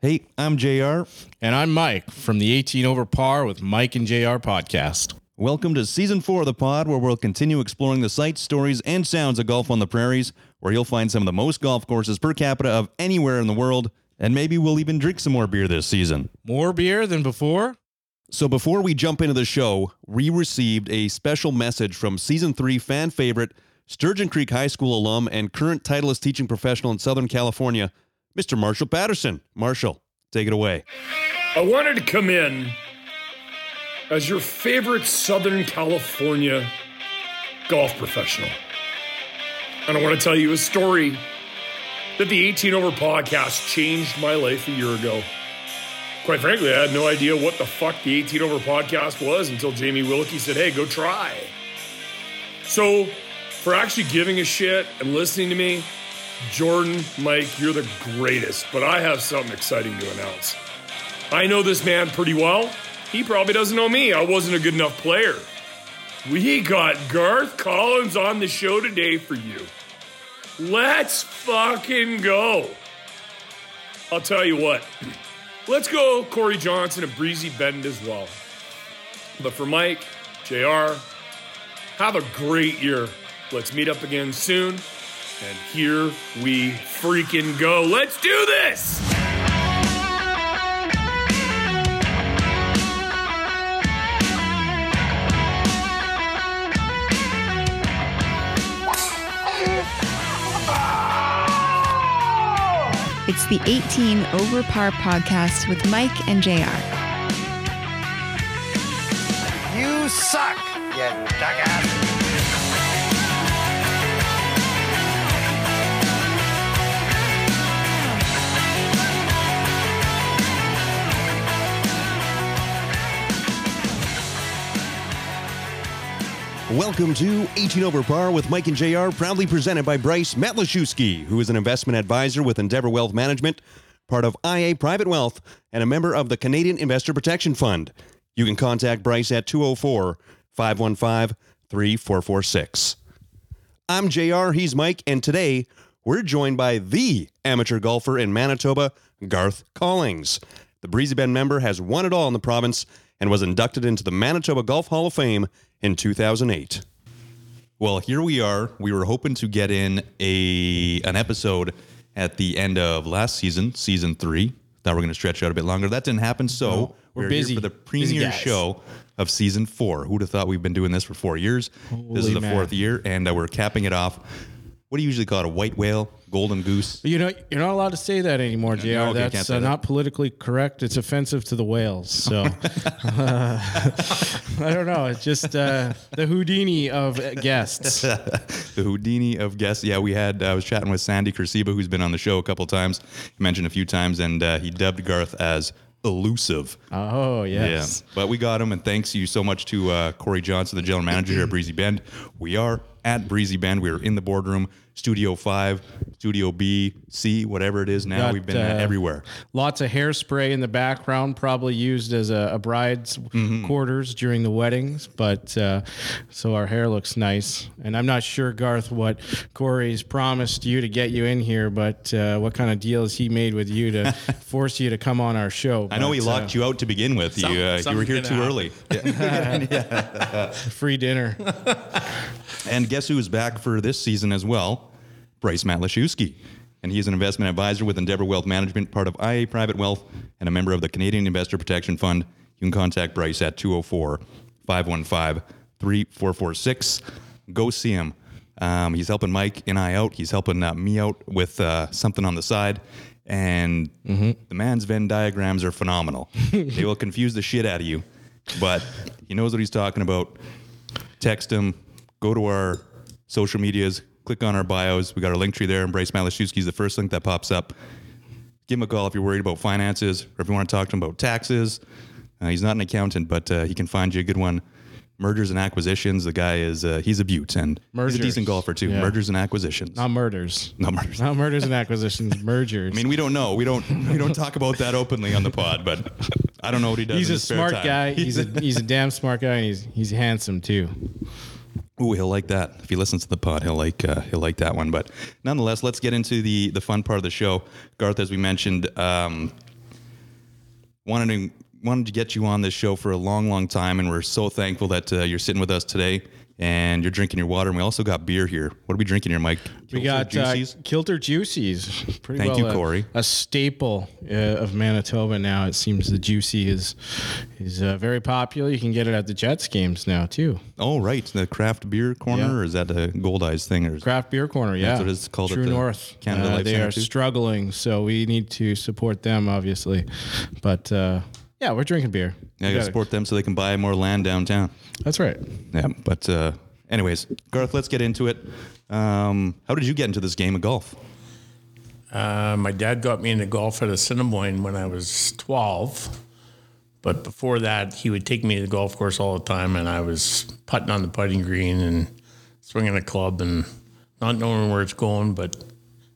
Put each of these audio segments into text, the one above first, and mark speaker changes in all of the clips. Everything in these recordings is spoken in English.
Speaker 1: Hey, I'm JR.
Speaker 2: And I'm Mike from the 18 Over Par with Mike and JR podcast.
Speaker 1: Welcome to season four of the pod, where we'll continue exploring the sights, stories, and sounds of golf on the prairies, where you'll find some of the most golf courses per capita of anywhere in the world. And maybe we'll even drink some more beer this season.
Speaker 2: More beer than before?
Speaker 1: So, before we jump into the show, we received a special message from season three fan favorite, Sturgeon Creek High School alum, and current Titleist teaching professional in Southern California, Mr. Marshall Patterson. Marshall, take it away.
Speaker 3: I wanted to come in as your favorite Southern California golf professional. And I want to tell you a story that the 18 Over podcast changed my life a year ago. Quite frankly, I had no idea what the fuck the 18 Over podcast was until Jamie Wilkie said, hey, go try. So, for actually giving a shit and listening to me, Jordan, Mike, you're the greatest, but I have something exciting to announce. I know this man pretty well. He probably doesn't know me. I wasn't a good enough player. We got Garth Collins on the show today for you. Let's fucking go. I'll tell you what. Let's go Corey Johnson and Breezy Bend as well. But for Mike, JR, have a great year. Let's meet up again soon. And here we freaking go. Let's do this.
Speaker 4: It's the 18 Over Par podcast with Mike and JR.
Speaker 5: You suck, you jackass.
Speaker 1: Welcome to 18 Over Par with Mike and JR, proudly presented by Bryce Matlashewski, who is an investment advisor with Endeavor Wealth Management, part of IA Private Wealth, and a member of the Canadian Investor Protection Fund. You can contact Bryce at 204 515 3446. I'm JR, he's Mike, and today we're joined by the amateur golfer in Manitoba, Garth Collings. The Breezy Bend member has won it all in the province and was inducted into the Manitoba Golf Hall of Fame in 2008. Well, here we are. We were hoping to get in a an episode at the end of last season, season three. Thought we are going to stretch out a bit longer. That didn't happen, so
Speaker 2: we're
Speaker 1: here
Speaker 2: busy.
Speaker 1: for the
Speaker 2: Busy
Speaker 1: premiere
Speaker 2: guys.
Speaker 1: show of season four. Who'd have thought we've been doing this for four years? this is
Speaker 2: Holy
Speaker 1: the
Speaker 2: man.
Speaker 1: fourth year, and uh, we're capping it off. What do you usually call it? A white whale, golden goose?
Speaker 6: But you know, you're not allowed to say that anymore, Jr.
Speaker 1: okay,
Speaker 6: That's
Speaker 1: can't say
Speaker 6: uh,
Speaker 1: that.
Speaker 6: not politically correct. It's offensive to the whales. So uh, I don't know. It's just uh, the Houdini of uh, guests.
Speaker 1: The Houdini of guests. Yeah, we had. uh, I was chatting with Sandy Kersiba, who's been on the show a couple times, mentioned a few times, and uh, he dubbed Garth as elusive.
Speaker 6: Oh yes.
Speaker 1: Yeah, but we got him, and thanks you so much to uh, Corey Johnson, the general manager here at Breezy Bend. We are at Breezy Bend. We are in the boardroom, Studio Five, Studio B, C, whatever it is now.
Speaker 6: Got,
Speaker 1: We've been
Speaker 6: uh,
Speaker 1: everywhere.
Speaker 6: Lots of hairspray in the background, probably used as a, a bride's
Speaker 1: Mm-hmm.
Speaker 6: quarters during the weddings. But uh, so our hair looks nice. And I'm not sure, Garth, what Corey's promised you to get you in here, but uh, what kind of deals he made with you to force you to come on our show.
Speaker 1: I know he locked
Speaker 6: uh,
Speaker 1: you out to begin with. you, uh, you were here too early.
Speaker 6: you free dinner.
Speaker 1: And guess who's back for this season as well? Bryce Matlashewski. And he's an investment advisor with Endeavor Wealth Management, part of IA Private Wealth, and a member of the Canadian Investor Protection Fund. You can contact Bryce at 204 515 3446. Go see him. Um, he's helping Mike and I out. He's helping uh, me out with uh, something on the side. And the man's Venn diagrams are phenomenal. they will confuse the shit out of you, but he knows what he's talking about text him, go to our social medias, click on our bios. We got our link tree there. Embrace Malashewski is the first link that pops up. Give him a call if you're worried about finances or if you want to talk to him about taxes. Uh, he's not an accountant, but uh, he can find you a good one. Mergers and acquisitions. The guy is uh, he's a butte and he's
Speaker 6: Mergers.
Speaker 1: a decent golfer too.
Speaker 6: Yeah.
Speaker 1: Mergers and acquisitions.
Speaker 6: Not murders.
Speaker 1: Not mergers.
Speaker 6: Not murders and acquisitions. Mergers.
Speaker 1: I mean, we don't know. We don't we don't talk about that openly on the pod, but I don't know what he does.
Speaker 6: he's
Speaker 1: in
Speaker 6: a
Speaker 1: his spare
Speaker 6: smart
Speaker 1: time.
Speaker 6: guy. He's a he's a damn smart guy, and he's he's handsome too.
Speaker 1: Ooh, he'll like that. If he listens to the pod, he'll like uh, he'll like that one. But nonetheless, let's get into the the fun part of the show. Garth, as we mentioned, um, wanted to wanted to get you on this show for a long, long time, and we're so thankful that uh, you're sitting with us today. And you're drinking your water, and we also got beer here. What are we drinking here, Mike?
Speaker 6: We
Speaker 1: Kilter
Speaker 6: got
Speaker 1: Juicies?
Speaker 6: Uh, Kilter Juicies. Pretty
Speaker 1: Thank you,
Speaker 6: well a-
Speaker 1: Corey.
Speaker 6: A, staple uh, of Manitoba now. It seems the Juicy is is uh, very popular. You can get it at the Jets games now too.
Speaker 1: oh, right, the craft beer corner,
Speaker 6: Yeah.
Speaker 1: or is that a Gold Eyes thing? Or is-
Speaker 6: Craft Beer Corner, yeah,
Speaker 1: That's what it's called at
Speaker 6: True
Speaker 1: the
Speaker 6: North. Uh,
Speaker 1: Canada Life
Speaker 6: they
Speaker 1: Center,
Speaker 6: are
Speaker 1: too?
Speaker 6: struggling, so we need to support them, obviously. But uh, yeah, we're drinking beer.
Speaker 1: yeah,
Speaker 6: We
Speaker 1: you gotta
Speaker 6: got it.
Speaker 1: support them so they can buy more land downtown.
Speaker 6: That's right.
Speaker 1: Yeah, but uh, anyways, Garth, let's get into it. Um, how did you get into this game of golf?
Speaker 7: Uh, my dad got me into golf at Assiniboine when I was 12. But before that, he would take me to the golf course all the time, and I was putting on the putting green and swinging a club and not knowing where it's going, but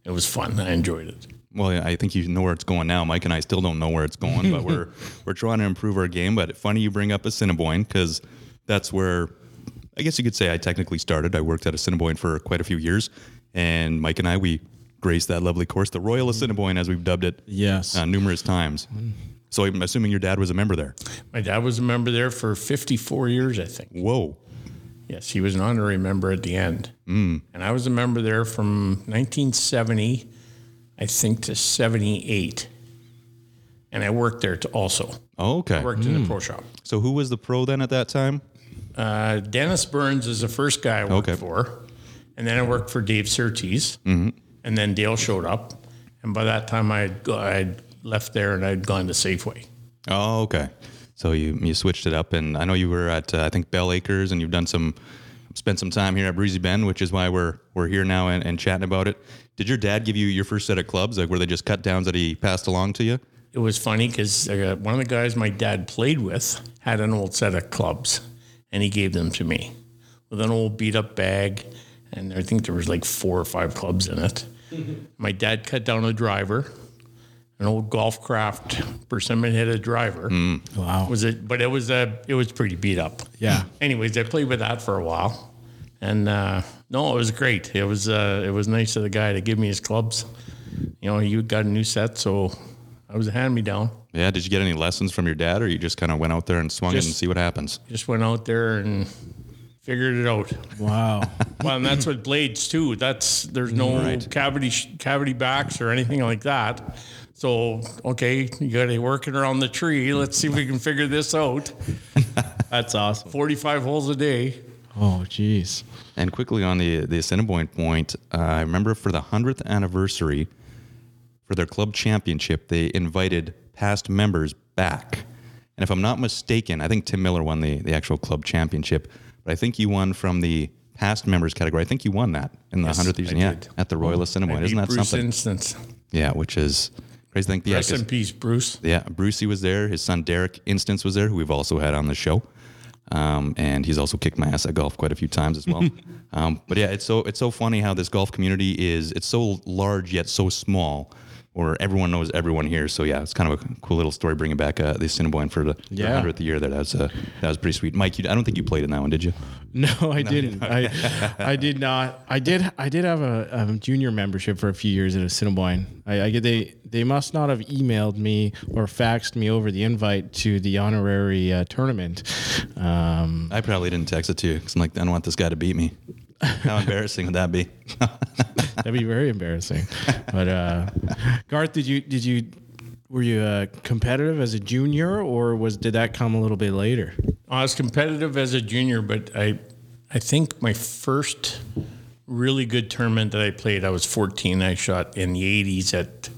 Speaker 7: it was fun. I enjoyed it.
Speaker 1: Well, yeah, I think you know where it's going now. Mike and I still don't know where it's going, but we're we're trying to improve our game. But funny you bring up Assiniboine because that's where I guess you could say I technically started. I worked at Assiniboine for quite a few years, and Mike and I we graced that lovely course, the Royal Assiniboine, as we've dubbed it,
Speaker 6: Yes.
Speaker 1: uh, numerous times. So I'm assuming your dad was a member there.
Speaker 7: My dad was a member there for 54 years, I think.
Speaker 1: Whoa,
Speaker 7: Yes, he was an honorary member at the end. Mm. And I was a member there from 1970, I think, to 78. And I worked there to also.
Speaker 1: okay.
Speaker 7: worked in the pro shop.
Speaker 1: So who was the pro then at that time?
Speaker 7: Uh, Dennis Burns is the first guy I worked
Speaker 1: Okay.
Speaker 7: for, and then I worked for Dave Surtees, and then Dale showed up, and by that time I had go- I had left there and I'd gone to Safeway.
Speaker 1: Oh, okay. So you you switched it up, and I know you were at uh, I think Bell Acres, and you've done some spent some time here at Breezy Bend, which is why we're we're here now and, and chatting about it. Did your dad give you your first set of clubs? Like were they just cut downs that he passed along to you?
Speaker 7: It was funny because uh, one of the guys my dad played with had an old set of clubs, and he gave them to me with an old beat up bag, and I think there was like four or five clubs in it. my dad cut down a driver, an old golf craft persimmon headed driver.
Speaker 6: Mm. Wow.
Speaker 7: was it but it was uh it was pretty beat up
Speaker 6: Yeah.
Speaker 7: anyways i played with that for a while and uh no it was great it was uh it was nice of the guy to give me his clubs you know you got a new set so i was a hand me down
Speaker 1: Yeah. Did you get any lessons from your dad, or you just kind of went out there and swung it and
Speaker 7: Just-
Speaker 1: see what happens?
Speaker 7: just went out there and figured it out
Speaker 6: Wow.
Speaker 7: well and that's what blades too that's there's no
Speaker 1: Mm, Right.
Speaker 7: cavity sh- cavity backs or anything like that so okay you gotta working around the tree let's see if we can figure this out
Speaker 6: That's awesome.
Speaker 7: 45 holes a day
Speaker 6: Oh, jeez.
Speaker 1: And quickly on the the Assiniboine point, uh, I remember for the hundredth anniversary for their club championship, they invited past members back. And if I'm not mistaken, I think Tim Miller won the the actual club championship, but I think you won from the past members category. I think you won that in the hundredth season,
Speaker 7: I
Speaker 1: yeah,
Speaker 7: did.
Speaker 1: at the Royal Assiniboine.
Speaker 7: I
Speaker 1: Isn't
Speaker 7: beat
Speaker 1: that
Speaker 7: Bruce
Speaker 1: something?
Speaker 7: Instance.
Speaker 1: Yeah, which is crazy. Thing. Yeah, I
Speaker 7: Rest
Speaker 1: guess-
Speaker 7: in peace, Bruce.
Speaker 1: yeah, Brucey was there. His son Derek Instance was there, who we've also had on the show, um, and he's also kicked my ass at golf quite a few times as well. um, but yeah, it's so it's so funny how this golf community is. It's so large yet so small, where everyone knows everyone here. So yeah, it's kind of a cool little story bringing back uh, the Assiniboine for the
Speaker 6: Yeah.
Speaker 1: hundredth year. There, that was uh, that was pretty sweet. Mike, you, I don't think you played in that one, did you?
Speaker 6: No, I didn't. I, I did not. I did. I did have a, um junior membership for a few years at Assiniboine. I, I get they they must not have emailed me or faxed me over the invite to the honorary uh, tournament. Um,
Speaker 1: I probably didn't text it to you because I'm like, I don't want this guy to beat me. How embarrassing would that be?
Speaker 6: that'd be very embarrassing. But uh, Garth, did you did you were you uh, competitive as a junior or was did that come a little bit later?
Speaker 7: I was competitive as a junior, but I, I think my first really good tournament that I played, I was 14. I shot in the 80s at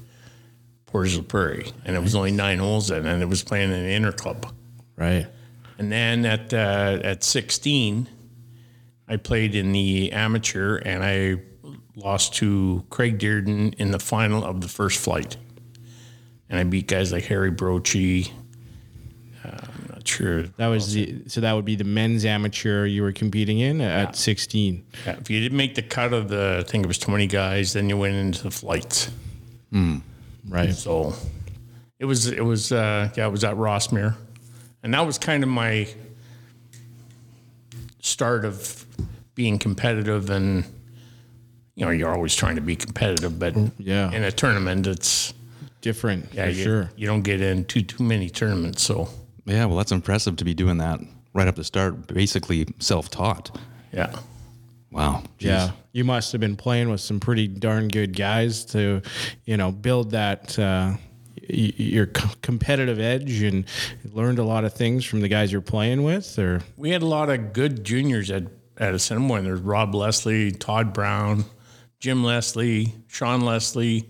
Speaker 7: Portage la Prairie, and it was only nine holes then, and it was playing in the inner club.
Speaker 6: Right.
Speaker 7: And then at uh, at 16, I played in the amateur, and I lost to Craig Dearden in the final of the first flight. And I beat guys like Harry Brochi. Uh, I'm not sure.
Speaker 6: That was the so that would be the men's amateur you were competing in at 16.
Speaker 7: Yeah, if you didn't make the cut of the, I think it was 20 guys, then you went into the flights.
Speaker 6: Right.
Speaker 7: So it was, it was, uh, yeah, it was at Rossmere. And that was kind of my start of being competitive. And, you know, you're always trying to be competitive, but
Speaker 6: Yeah.
Speaker 7: in a tournament, it's
Speaker 6: different for
Speaker 7: you,
Speaker 6: sure.
Speaker 7: You don't get in too too many tournaments, so
Speaker 1: Yeah, well, that's impressive to be doing that right up the start, basically self taught.
Speaker 7: yeah.
Speaker 1: Wow. Jeez.
Speaker 6: Yeah, you must have been playing with some pretty darn good guys to, you know, build that uh, y- your c- competitive edge and learned a lot of things from the guys you're playing with. Or
Speaker 7: We had a lot of good juniors at at Assiniboine. There's Rob Leslie, Todd Brown, Jim Leslie, Sean Leslie,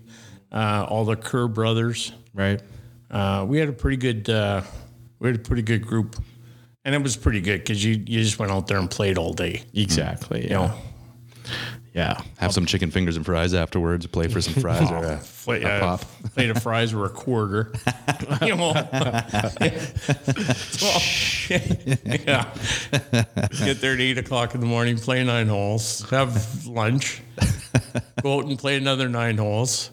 Speaker 7: uh, all the Kerr brothers.
Speaker 6: right,
Speaker 7: Uh, we had a pretty good uh, we had a pretty good group, and it was pretty good because you you just went out there and played all day.
Speaker 6: exactly.
Speaker 7: You know,
Speaker 6: yeah,
Speaker 1: Have some chicken fingers and fries afterwards, play for some fries or a,
Speaker 7: play,
Speaker 1: a
Speaker 7: uh,
Speaker 1: pop.
Speaker 7: plate of fries were a quarter. you know, So, yeah. Get there at eight o'clock in the morning, play nine holes, have lunch, go out and play another nine holes,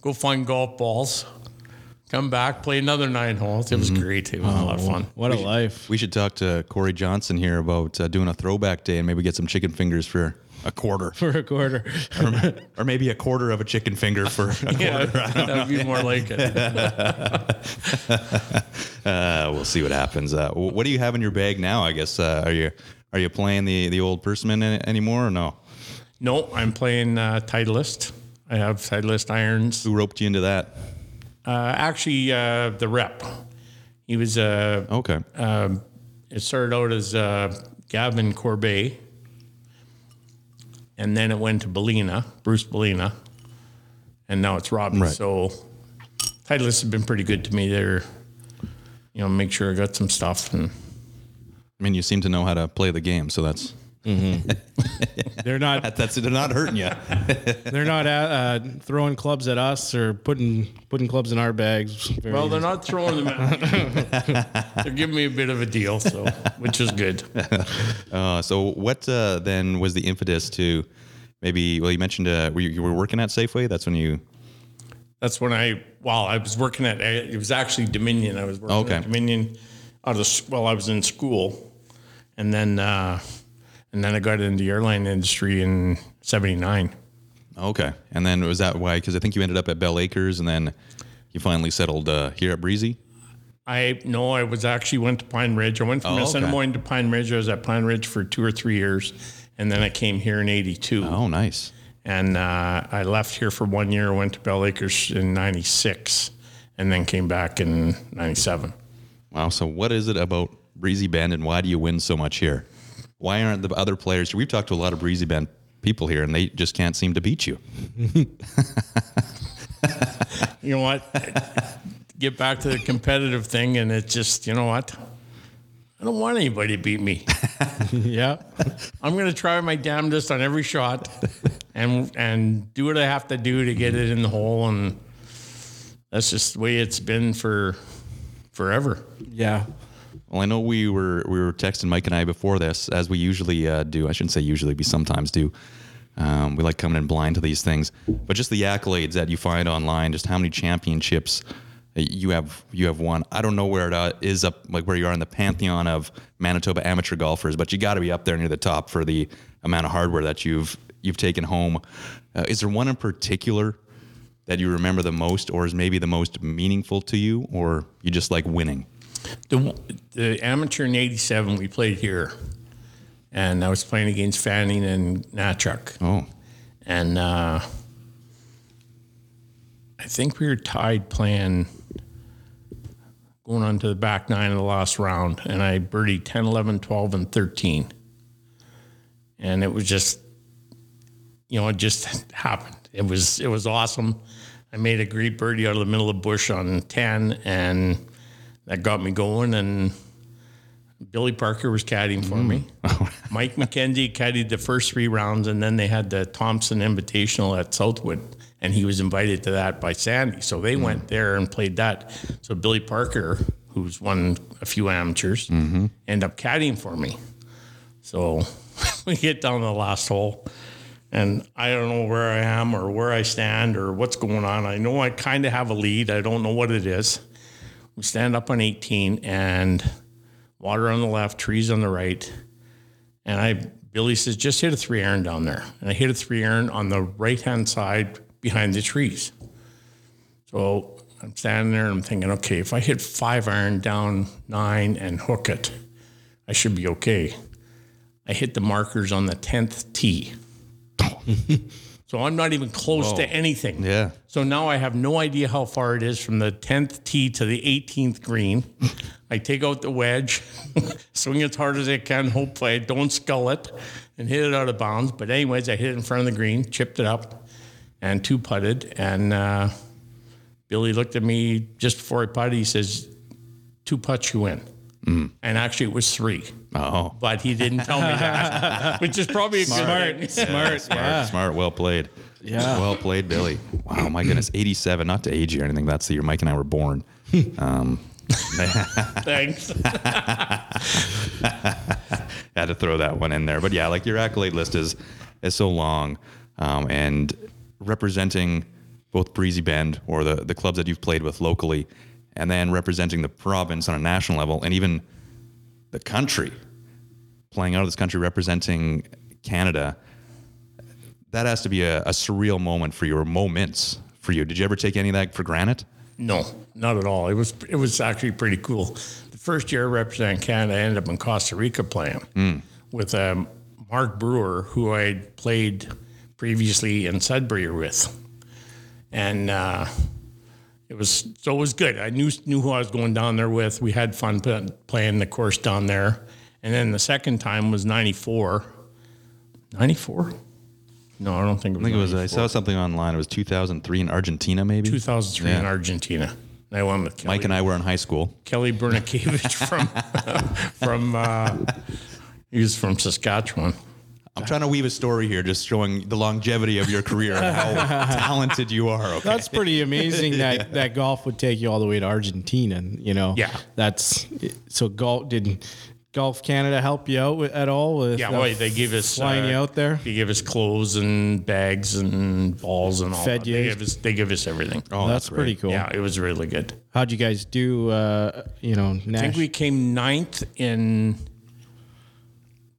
Speaker 7: go find golf balls, come back, play another nine holes. It was
Speaker 1: Mm-hmm.
Speaker 7: great. It was a lot of fun.
Speaker 1: Oh.
Speaker 6: what a life.
Speaker 1: We should talk to Corey Johnson here about uh, doing a throwback day and maybe get some chicken fingers for a quarter,
Speaker 6: For a quarter,
Speaker 1: or maybe a quarter of a chicken finger for a quarter.
Speaker 7: Yeah, that would be more like it.
Speaker 1: Uh, we'll see what happens. Uh, wh- what do you have in your bag now? I guess uh, are you are you playing the the old persimmon an- anymore or no?
Speaker 7: No, I'm playing uh, Titleist. I have Titleist irons.
Speaker 1: Who roped you into that?
Speaker 7: Uh, actually, uh, the rep. He was uh,
Speaker 1: Okay,
Speaker 7: um, it started out as uh, Gavin Corbet, and then it went to Belina, Bruce Belina, and now it's Robin.
Speaker 1: Right.
Speaker 7: So Titleist have been pretty good to me. They're, you know, make sure I got some stuff. And
Speaker 1: I mean you seem to know how to play the game, so that's
Speaker 6: they're not
Speaker 1: that's they're not hurting you.
Speaker 6: they're not uh, uh, throwing clubs at us or putting putting clubs in our bags. Very
Speaker 7: well, they're not throwing them at me. they're giving me a bit of a deal, so which is good.
Speaker 1: Uh, so what uh, then was the impetus to maybe? Well, you mentioned uh, were you, you were working at Safeway. That's when you
Speaker 7: That's when I, well, I was working at, it was actually Dominion. I was working
Speaker 1: Okay.
Speaker 7: at Dominion out of, s- well, I was in school. And then, uh, and then I got into the airline industry in 79.
Speaker 1: okay, and then was that why? Because I think you ended up at Bell Acres, and then you finally settled uh, here at Breezy.
Speaker 7: I, no, I was actually went to Pine Ridge. I went from
Speaker 1: Oh, okay.
Speaker 7: Assiniboine to Pine Ridge. I was at Pine Ridge for two or three years. And then I came here in 82.
Speaker 1: Oh, nice.
Speaker 7: And uh, I left here for one year, went to Bell Acres in 96, and then came back in 97.
Speaker 1: Wow. So, what is it about Breezy Bend and why do you win so much here? Why aren't the other players? We've talked to a lot of Breezy Bend people here, and they just can't seem to beat you.
Speaker 7: you know what? Get back to the competitive thing, and it's just, you know what? I don't want anybody to beat me.
Speaker 6: yeah.
Speaker 7: I'm going to try my damnedest on every shot, and and do what I have to do to get it in the hole, and that's just the way it's been for forever.
Speaker 6: Yeah.
Speaker 1: Well, I know we were we were texting Mike and I before this, as we usually uh, do. I shouldn't say usually, we sometimes do. Um, we like coming in blind to these things, but just the accolades that you find online, just how many championships that you have you have won. I don't know where it uh, is up like where you are in the pantheon of Manitoba amateur golfers, but you got to be up there near the top for the amount of hardware that you've you've taken home. Uh, is there one in particular that you remember the most, or is maybe the most meaningful to you, or you just like winning?
Speaker 7: the the amateur in '87 we played here, and I was playing against Fanning and Natchuk.
Speaker 1: Oh.
Speaker 7: and uh, I think we were tied playing going on to the back nine of the last round, and I birdied 10, 11, 12, and 13. And it was just, you know, it just happened. It was it was awesome. I made a great birdie out of the middle of the bush on 10, and that got me going. And Billy Parker was caddying for me. Mike McKenzie caddied the first three rounds, and then they had the Thompson Invitational at Southwood, and he was invited to that by Sandy. So they went there and played that. So Billy Parker, who's won a few amateurs, ended up caddying for me. So we get down to the last hole, and I don't know where I am or where I stand or what's going on. I know I kind of have a lead. I don't know what it is. We stand up on 18 and water on the left, trees on the right. And I, Billy says, just hit a three iron down there. And I hit a three iron on the right hand side behind the trees. So I'm standing there and I'm thinking, okay, if I hit five iron down nine and hook it, I should be okay. I hit the markers on the 10th tee. so I'm not even close to anything.
Speaker 1: Yeah.
Speaker 7: So now I have no idea how far it is from the 10th tee to the 18th green. I take out the wedge, swing as hard as I can, hopefully I don't scull it and hit it out of bounds. But, anyways, I hit it in front of the green, chipped it up, and two putted. And uh, Billy looked at me just before I putted. He says, Two putts, you win. And actually, it was three,
Speaker 1: Oh,
Speaker 7: but he didn't tell me that, which is probably a good thing.
Speaker 1: smart, smart, smart. Well played.
Speaker 6: Yeah.
Speaker 1: Well played, Billy. Wow, my goodness, 87. Not to age you or anything. That's the year Mike and I were born.
Speaker 7: Thanks.
Speaker 1: had to throw that one in there. But yeah, like your accolade list is is so long, um, and representing both Breezy Bend or the the clubs that you've played with locally, and then representing the province on a national level, and even the country, playing out of this country, representing Canada. That has to be a, a surreal moment for you, or moments for you. Did you ever take any of that for granted?
Speaker 7: No, not at all. It was it was actually pretty cool. The first year I represented Canada, I ended up in Costa Rica playing
Speaker 1: Hmm.
Speaker 7: with um, Mark Brewer, who I had played previously in Sudbury with, and uh, it was so it was good. I knew knew who I was going down there with. We had fun pl- playing the course down there, and then the second time was '94. '94? No, I don't think it
Speaker 1: I
Speaker 7: was.
Speaker 1: think it was. I saw something online. It was 2003 in Argentina, maybe.
Speaker 7: 2003 in Argentina. And I went with Kelly
Speaker 1: Mike and I were in high school.
Speaker 7: Kelly Bernakevich from from uh, he was from Saskatchewan.
Speaker 1: I'm trying to weave a story here, just showing the longevity of your career and how talented you are. Okay.
Speaker 6: That's pretty amazing that that golf would take you all the way to Argentina. You know,
Speaker 7: Yeah.
Speaker 6: That's so golf did Golf Canada help you out with, at all? With,
Speaker 7: Yeah,
Speaker 6: uh,
Speaker 7: well, they gave us uh,
Speaker 6: flying you out there.
Speaker 7: They gave us clothes and bags and balls and all.
Speaker 6: Fed
Speaker 7: that.
Speaker 6: you.
Speaker 7: They gave us they gave us everything.
Speaker 1: Oh,
Speaker 6: that's pretty cool.
Speaker 7: Yeah, it was really good.
Speaker 6: How'd you guys do? Uh, you know,
Speaker 7: I think
Speaker 6: Nash-
Speaker 7: we came ninth in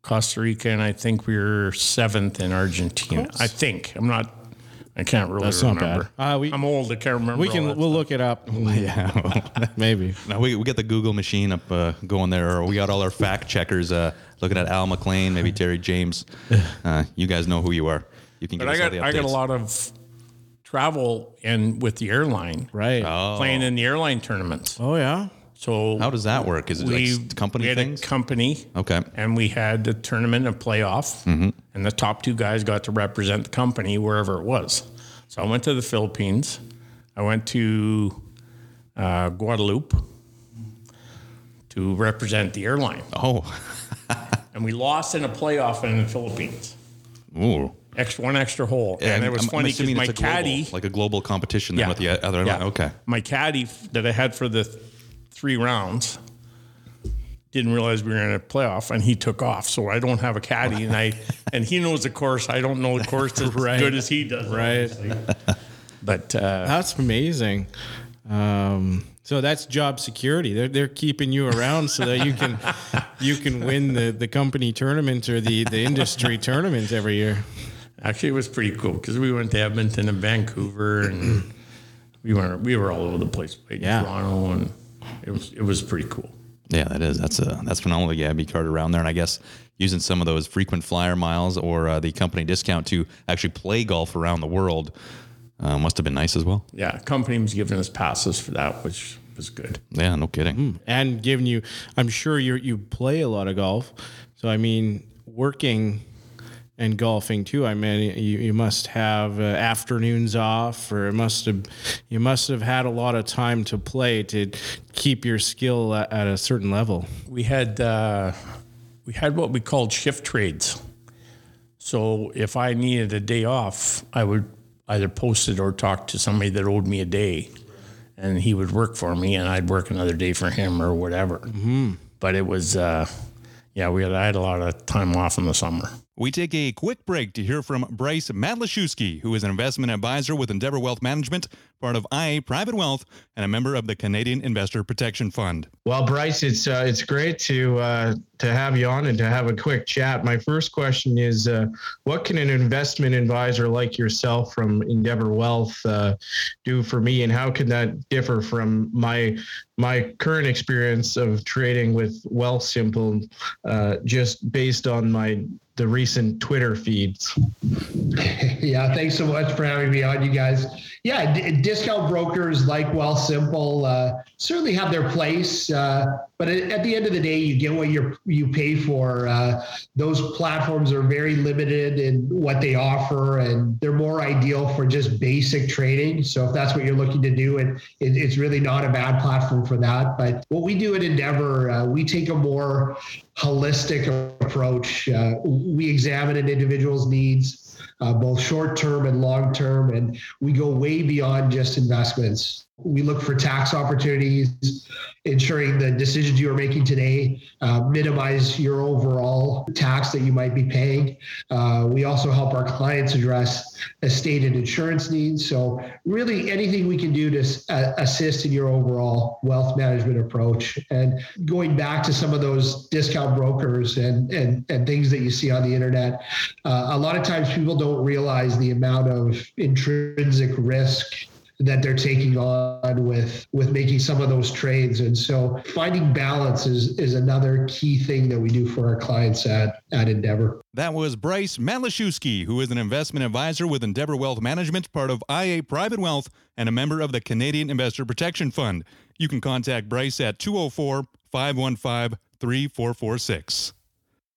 Speaker 7: Costa Rica, and I think we were seventh in Argentina. I think I'm not. I can't really
Speaker 6: That's not bad.
Speaker 7: remember.
Speaker 6: Uh, we-
Speaker 7: I'm old. I can't remember.
Speaker 6: we
Speaker 7: all
Speaker 6: can
Speaker 7: that
Speaker 6: we'll look it up. yeah, maybe.
Speaker 1: Now we, we got the Google machine up uh, going there, or we got all our fact checkers uh, looking at Al McLean, maybe Terry James. Uh, you guys know who you are. You can.
Speaker 7: But
Speaker 1: give
Speaker 7: I
Speaker 1: us all
Speaker 7: got
Speaker 1: the
Speaker 7: I got a
Speaker 1: updates.
Speaker 7: lot of travel and with the airline,
Speaker 6: Right.
Speaker 7: playing in the airline tournaments.
Speaker 6: oh yeah.
Speaker 7: So
Speaker 1: Oh. How does that work? Is it
Speaker 7: we
Speaker 1: like s- company
Speaker 7: we had
Speaker 1: things?
Speaker 7: a company,
Speaker 1: okay. Mm-hmm.
Speaker 7: and we had a tournament, a playoff, and the top two guys got to represent the company wherever it was. So I went to the Philippines, I went to uh, Guadeloupe to represent the airline,
Speaker 1: Oh,
Speaker 7: and we lost in a playoff in the Philippines.
Speaker 1: ooh.
Speaker 7: Extra one extra hole, and it was
Speaker 1: I'm- I'm
Speaker 7: funny because
Speaker 1: assuming
Speaker 7: my
Speaker 1: it's a global-
Speaker 7: caddy.
Speaker 1: like a global competition, then with the other. Okay.
Speaker 7: My caddy f- that I had for the th- three rounds didn't realize we were in a playoff, and he took off. So I don't have a caddy, and I and he knows the course. I don't know the course as good as he does. Right. But uh,
Speaker 6: That's amazing. Um, so that's job security. They're they're keeping you around so that you can you can win the, the company tournaments or the, the industry tournaments every year.
Speaker 7: actually, it was pretty cool because we went to Edmonton and Vancouver, and we were we were all over the place. Played in
Speaker 6: Yeah.
Speaker 7: Toronto, and it was it was pretty cool.
Speaker 1: Yeah, that is. That's a that's phenomenal. Yeah, be card around there, and I guess using some of those frequent flyer miles or uh, the company discount to actually play golf around the world uh, must have been nice as well.
Speaker 7: Yeah, company was giving us passes for that, which was good.
Speaker 1: Yeah, no kidding.
Speaker 6: And giving you I'm sure you you play a lot of golf. So I mean working and golfing too. I mean you, you must have uh, afternoons off or it must have you must have had a lot of time to play to keep your skill at, at a certain level.
Speaker 7: we had uh, we had what we called shift trades. So if I needed a day off, I would either post it or talk to somebody that owed me a day, and he would work for me, and I'd work another day for him or whatever. But it was, uh, yeah, we had I had a lot of time off in the summer.
Speaker 1: We take a quick break to hear from Bryce Matlashewski, who is an investment advisor with Endeavor Wealth Management, part of IA Private Wealth, and a member of the Canadian Investor Protection Fund.
Speaker 8: Well, Bryce, it's uh, it's great to uh, to have you on and to have a quick chat. My first question is, uh, what can an investment advisor like yourself from Endeavor Wealth uh, do for me, and how can that differ from my my current experience of trading with Wealthsimple, uh, just based on my the recent Twitter feeds?
Speaker 9: yeah, thanks so much for having me on, you guys. Yeah, d- discount brokers like Wealthsimple uh, certainly have their place, uh, but at, at the end of the day, you get what you you pay for. Uh, those platforms are very limited in what they offer, and they're more ideal for just basic trading. So if that's what you're looking to do, and it, it's really not a bad platform for that. But what we do at Endeavor, uh, we take a more holistic approach. Uh, we examine an individual's needs, uh, both short term and long term, and we go way beyond just investments. We look for tax opportunities, ensuring the decisions you are making today uh, minimize your overall tax that you might be paying. Uh, we also help our clients address estate and insurance needs. So, really, anything we can do to s- uh, assist in your overall wealth management approach. And going back to some of those discount brokers and and, and things that you see on the internet, uh, a lot of times people don't realize the amount of intrinsic risk that they're taking on with with making some of those trades and so finding balance is is another key thing that we do for our clients at at endeavor
Speaker 1: That was Bryce Matlashewski, who is an investment advisor with Endeavor Wealth Management, part of IA Private Wealth, and a member of the Canadian Investor Protection Fund. You can contact Bryce at 204 515 3446.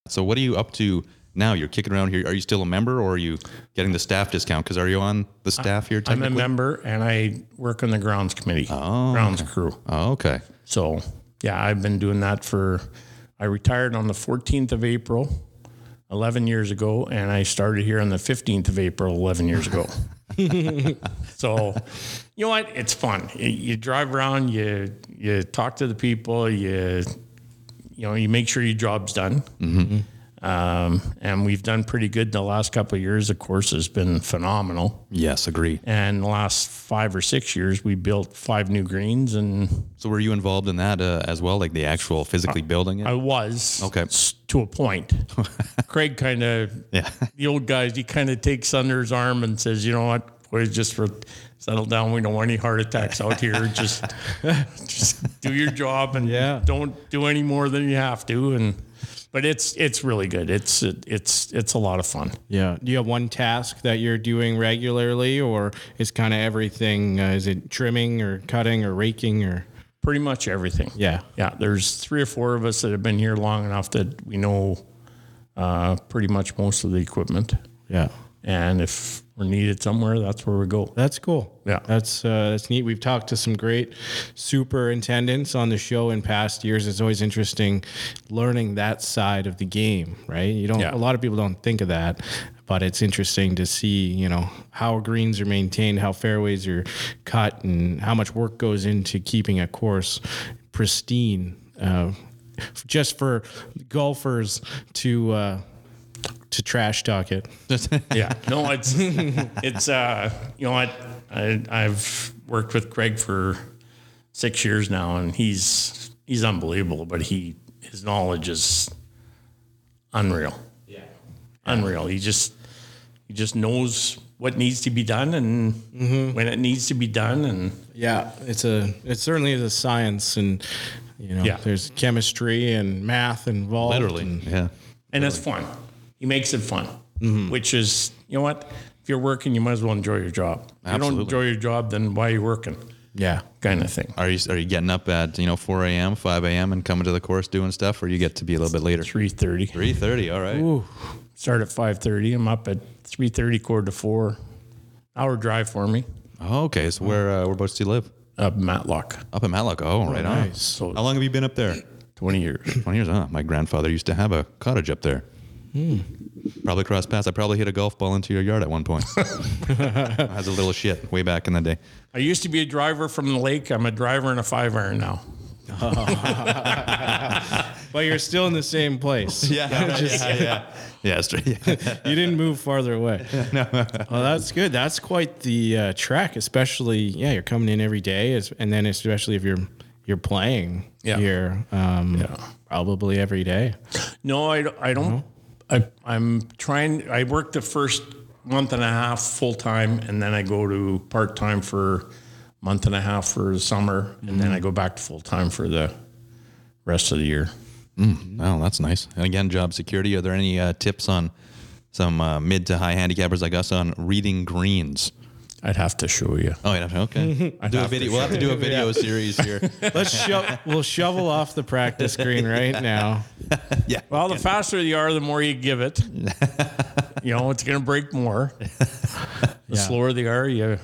Speaker 1: So, what are you up to now? You're kicking around here. Are you still a member or are you getting the staff discount? Because are you on the staff here
Speaker 7: I'm
Speaker 1: technically?
Speaker 7: a member and I work on the grounds committee, grounds crew.
Speaker 1: Oh, okay.
Speaker 7: So yeah, I've been doing that for. I retired on the 14th of April, 11 years ago, and I started here on the 15th of April, 11 years ago. so, you know what? It's fun. You- You drive around, you you talk to the people, you you know you make sure your job's done. Um, and we've done pretty good in the last couple of years. The course has been phenomenal.
Speaker 1: Yes, agree.
Speaker 7: And the last five or six years, we built five new greens, and
Speaker 1: So, were you involved in that uh, as well, like the actual physically building it?
Speaker 7: I was
Speaker 1: Okay.
Speaker 7: s- to a point. Craig kind of,
Speaker 1: Yeah.
Speaker 7: the old guys, he kind of takes under his arm and says, "You know what, boys, just for, settle down. We don't want any heart attacks out here. Just, just do your job and
Speaker 6: Yeah.
Speaker 7: don't do any more than you have to." And but it's it's really good. It's it's it's a lot of fun.
Speaker 6: Yeah. Do you have one task that you're doing regularly, or is kind of everything? Uh, is it trimming or cutting or raking or?
Speaker 7: Pretty much everything.
Speaker 6: Yeah.
Speaker 7: Yeah, there's three or four of us that have been here long enough that we know uh, pretty much most of the equipment.
Speaker 6: Yeah.
Speaker 7: And if we're needed somewhere, that's where we go.
Speaker 6: That's cool.
Speaker 7: Yeah.
Speaker 6: That's uh, that's neat. We've talked to some great superintendents on the show in past years. It's always interesting learning that side of the game, right? You don't
Speaker 7: Yeah.
Speaker 6: a lot of people don't think of that, but it's interesting to see, you know, how greens are maintained, how fairways are cut and how much work goes into keeping a course pristine. Uh, just for golfers to uh, to trash talk it.
Speaker 7: Yeah, no, it's it's uh, you know what I, I've worked with Craig for six years now, and he's he's unbelievable, but he his knowledge is unreal. Yeah, unreal. He just he just knows what needs to be done and when it needs to be done, and
Speaker 6: Yeah, it's a it certainly is a science, and you know,
Speaker 7: Yeah.
Speaker 6: there's chemistry and math involved.
Speaker 1: Literally.
Speaker 6: and-
Speaker 1: Yeah.
Speaker 7: and it's fun. He makes it fun, which is you know what. If you're working, you might as well enjoy your job. If you
Speaker 1: Absolutely.
Speaker 7: don't enjoy your job, then why are you working?
Speaker 6: yeah,
Speaker 7: Kind of thing.
Speaker 1: Are you are you getting up at you know 4 a.m. 5 a.m. and coming to the course doing stuff, or you get to be a little bit later?
Speaker 7: Three thirty.
Speaker 1: 3:30. All right.
Speaker 7: start at 5.30 i'm up at 3.30 quarter to 4 hour drive for me
Speaker 1: Oh, okay. So where uh, whereabouts do you live?
Speaker 7: up matlock
Speaker 1: Up in Matlock. Oh, right on.
Speaker 7: So-
Speaker 1: How long have you been up there?
Speaker 7: 20 years
Speaker 1: 20 years. Huh? ah, My grandfather used to have a cottage up there. Hmm. Probably crossed paths. I probably hit a golf ball into your yard at one point. I was a little shit way back in the day.
Speaker 7: i used to be a driver from the lake i'm a driver and a five iron now
Speaker 6: but you're still in the same place.
Speaker 1: Yeah, yeah, yeah, yeah. it's true. Yeah.
Speaker 6: You didn't move farther away. no. well, that's good. That's quite the uh, track, especially. Yeah, you're coming in every day, as- and then especially if you're you're playing
Speaker 7: Yeah.
Speaker 6: here, um, probably every day.
Speaker 7: No, I, don't- I don't. I, I'm trying. I work the first month and a half full time, and then I go to part time for a month and a half for the summer, and then I go back to full time for the rest of the year.
Speaker 1: Oh, that's nice. And again, job security. Are there any uh, tips on some uh, mid to high handicappers like us on reading greens?
Speaker 7: I'd have to show you.
Speaker 1: Oh, yeah. Okay. do a video. We'll have to do a video series here.
Speaker 6: Let's sho- we'll shovel off the practice screen right now.
Speaker 7: Well, the faster you are, the more you give it. you know, it's going to break more. The slower they are, you.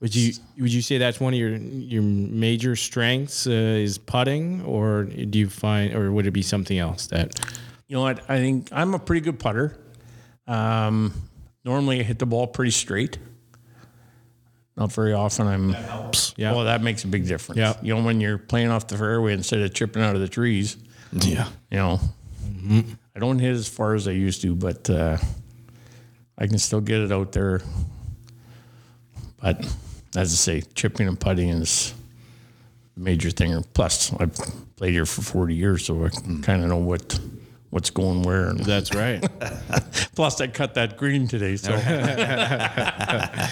Speaker 6: Would you would you say that's one of your your major strengths uh, is putting, or do you find, or would it be something else that?
Speaker 7: You know what? I think I'm a pretty good putter. Um, normally, I hit the ball pretty straight. Not very often. I'm. That helps. Yeah. Well, that makes a big difference.
Speaker 6: Yeah.
Speaker 7: You know, when you're playing off the fairway instead of chipping out of the trees.
Speaker 1: Yeah.
Speaker 7: You know, I don't hit as far as I used to, but uh, I can still get it out there. But as I say, chipping and putting is a major thing. Plus, I've played here for 40 years, so I kind of know what what's going where. And
Speaker 6: That's right.
Speaker 7: plus, I cut that green today, so
Speaker 1: yeah.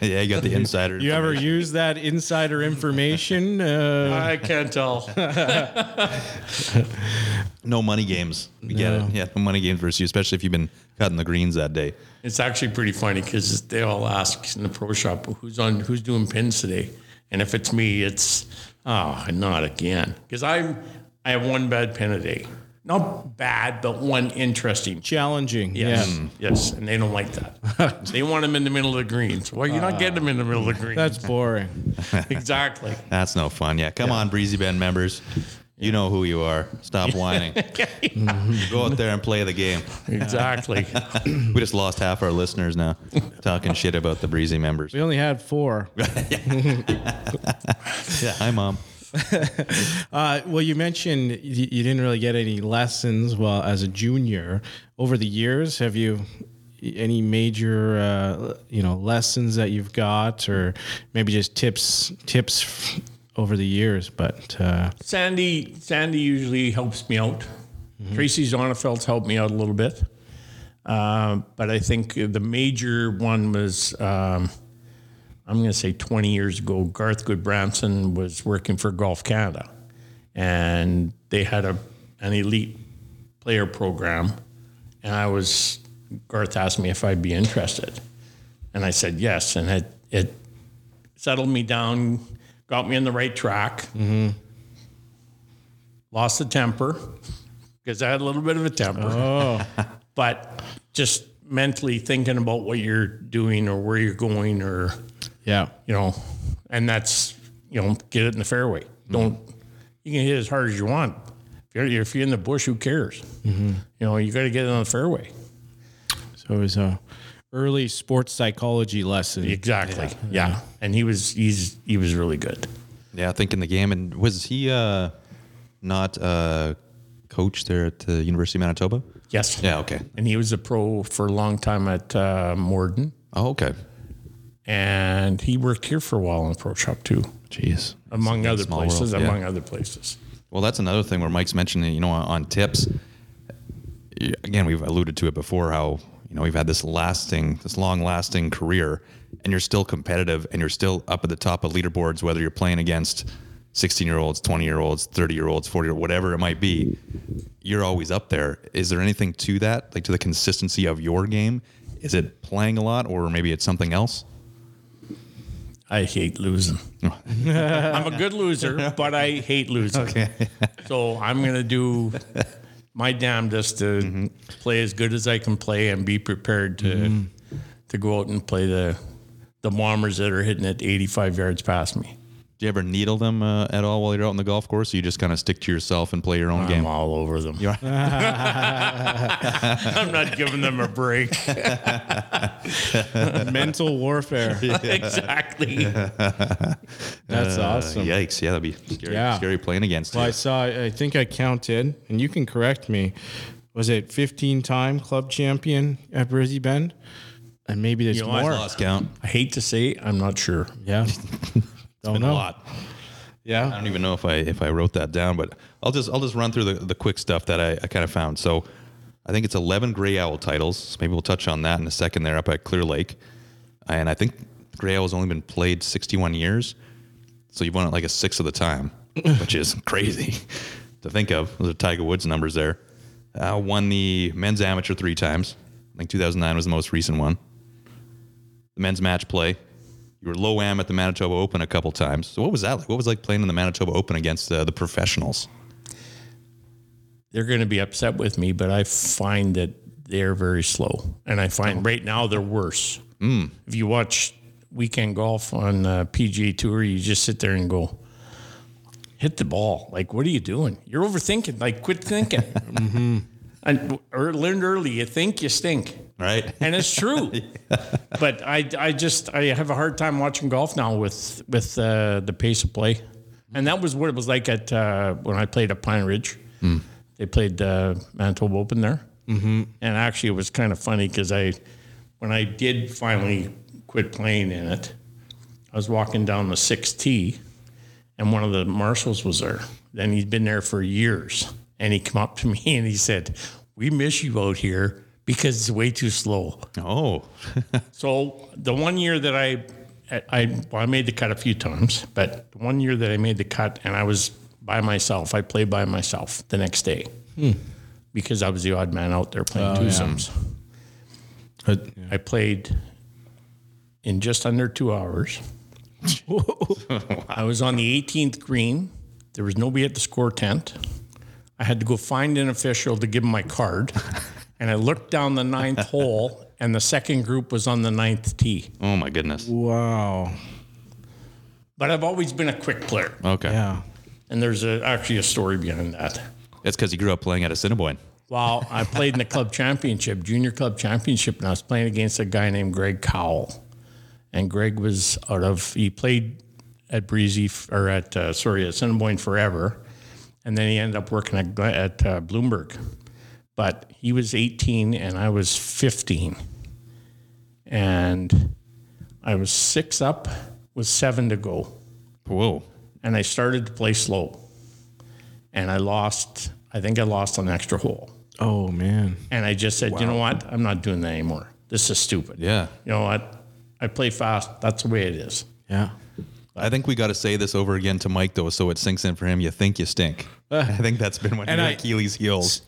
Speaker 1: Yeah. You got the insider.
Speaker 6: You ever use that insider information? Uh,
Speaker 7: I can't tell.
Speaker 1: no money games. We get it. Yeah. No money games versus you, especially if you've been cutting the greens that day.
Speaker 7: It's actually pretty funny because they all ask in the pro shop who's on who's doing pins today, and if it's me, it's oh not again because I'm I have one bad pin a day, not bad but one interesting.
Speaker 6: challenging.
Speaker 7: Yes,
Speaker 6: Yeah.
Speaker 7: yes, and they don't like that. they want them in the middle of the greens. Well, you're not getting them in the middle of the greens.
Speaker 6: Ah. That's boring.
Speaker 7: exactly.
Speaker 1: That's no fun. Yeah. Come on, Breezy Bend members. You know who you are. Stop whining. Go out there and play the game.
Speaker 7: Exactly.
Speaker 1: We just lost half our listeners now talking shit about the Breezy members.
Speaker 6: We only had four.
Speaker 1: Yeah. Hi, Mom.
Speaker 6: Uh, well, you mentioned you, you didn't really get any lessons. Well, as a junior, over the years, have you any major uh, you know lessons that you've got, or maybe just tips tips f- over the years? But uh,
Speaker 7: Sandy Sandy usually helps me out. Tracy Zonnefeld's helped me out a little bit. Um, but I think the major one was, um, I'm going to say 20 years ago, Garth Goodbranson was working for Golf Canada. And they had a, an elite player program. And I was, Garth asked me if I'd be interested. And I said yes. And it, it settled me down, got me on the right track lost the temper because I had a little bit of a temper. but just mentally thinking about what you're doing or where you're going or,
Speaker 6: yeah,
Speaker 7: you know, and that's, you know, get it in the fairway. Don't, you can hit as hard as you want. If you're, if you're in the bush, who cares? You know, you got to get it on the fairway.
Speaker 6: so it was a early sports psychology lesson.
Speaker 7: Exactly. Yeah. And he was, he's, he was really good.
Speaker 1: Yeah, I think in the game. And was he uh, not uh, coach there at the University of Manitoba?
Speaker 7: Yes.
Speaker 1: Yeah, okay.
Speaker 7: And he was a pro for a long time at uh, Morden.
Speaker 1: Oh, okay.
Speaker 7: And he worked here for a while in the pro shop too.
Speaker 1: Jeez.
Speaker 7: among other
Speaker 1: small world,
Speaker 7: places.
Speaker 1: yeah.
Speaker 7: Among other places.
Speaker 1: Well, that's another thing where Mike's mentioning, you know, on, on tips. y- Again, we've alluded to it before how, you know, we've had this lasting, this long lasting career, and you're still competitive and you're still up at the top of leaderboards, whether you're playing against 16 year olds, 20 year olds, 30 year olds, 40 or whatever it might be. You're always up there. Is there anything to that, like to the consistency of your game? Is it playing a lot or maybe it's something else?
Speaker 7: I hate losing. I'm a good loser, but I hate losing. so I'm going to do my damnedest to play as good as I can play and be prepared to to go out and play the the bombers that are hitting at 85 yards past me.
Speaker 1: Do you ever needle them uh, at all while you're out on the golf course? Or you just kind of stick to yourself and play your own
Speaker 7: I'm
Speaker 1: game.
Speaker 7: all over them.
Speaker 1: You're-
Speaker 7: I'm not giving them a break.
Speaker 6: Mental warfare.
Speaker 7: exactly.
Speaker 6: That's
Speaker 7: uh,
Speaker 6: awesome.
Speaker 1: Yikes! Yeah, that'd be scary,
Speaker 6: Yeah.
Speaker 1: scary playing against.
Speaker 6: Well, I
Speaker 1: you.
Speaker 6: saw. I think I counted, and you can correct me. Was it 15-time club champion at Brizzy Bend? And maybe there's
Speaker 7: You know, I
Speaker 1: I
Speaker 6: more.
Speaker 1: lost count.
Speaker 7: I hate to say, it, I'm not sure.
Speaker 6: Yeah. Don't know.
Speaker 1: A lot. I
Speaker 6: Yeah.
Speaker 1: don't even know if I if I wrote that down, but I'll just I'll just run through the, the quick stuff that I, I kind of found. So I think it's eleven Gray Owl titles. So maybe we'll touch on that in a second there up at Clear Lake. And I think Gray Owl's only been played sixty one years. So you've won it like a sixth of the time, which is crazy to think of. Those are Tiger Woods numbers there. Uh, won the men's amateur three times. I think 2009 was the most recent one. The men's match play. You were low am at the Manitoba Open a couple times. So what was that like? What was it like playing in the Manitoba Open against uh, the professionals?
Speaker 7: They're going to be upset with me, but I find that they're very slow. And I find right now they're worse. If you watch weekend golf on uh, PGA Tour, you just sit there and go, hit the ball. Like, what are you doing? You're overthinking. Like, quit thinking. And or learned early, you think you stink.
Speaker 1: Right?
Speaker 7: and it's true. But I, I just I have a hard time watching golf now with with uh, the pace of play, and that was what it was like at uh, when I played at Pine Ridge. They played uh, Manitoba Open there, mm-hmm. and actually it was kind of funny because I when I did finally quit playing in it, I was walking down the sixth tee, and one of the marshals was there. And he'd been there for years, and he come up to me and he said, "We miss you out here." Because it's way too slow.
Speaker 1: Oh,
Speaker 7: So the one year that I, I well, I made the cut a few times, but the one year that I made the cut and I was by myself, I played by myself the next day because I was the odd man out there playing twosomes.
Speaker 6: But-
Speaker 7: I played in just under two hours. I was on the 18th green. There was nobody at the score tent. I had to go find an official to give him my card. And I looked down the ninth hole, and the second group was on the ninth tee.
Speaker 1: oh my goodness.
Speaker 6: Wow.
Speaker 7: But I've always been a quick player.
Speaker 1: Okay.
Speaker 6: Yeah.
Speaker 7: And there's a, actually a story behind that.
Speaker 1: That's because you grew up playing at Assiniboine.
Speaker 7: Well, I played in the club championship, junior club championship, and I was playing against a guy named Greg Cowell. And Greg was out of, he played at Breezy, f- or at, uh, sorry, at Cinnabon forever. And then he ended up working at, Gla- at uh, Bloomberg. But he was 18 and I was 15. And I was six up with seven to go
Speaker 1: Whoa.
Speaker 7: and I started to play slow. And I lost, I think I lost an extra hole.
Speaker 6: Oh man.
Speaker 7: And I just said, you know what? I'm not doing that anymore. This is stupid.
Speaker 1: Yeah.
Speaker 7: You know what? I play fast. That's the way it is.
Speaker 6: Yeah.
Speaker 1: I think we got to say this over again to Mike, though, so it sinks in for him. You think you stink. I think that's been one of
Speaker 6: And
Speaker 1: your
Speaker 6: I-
Speaker 1: Achilles heels.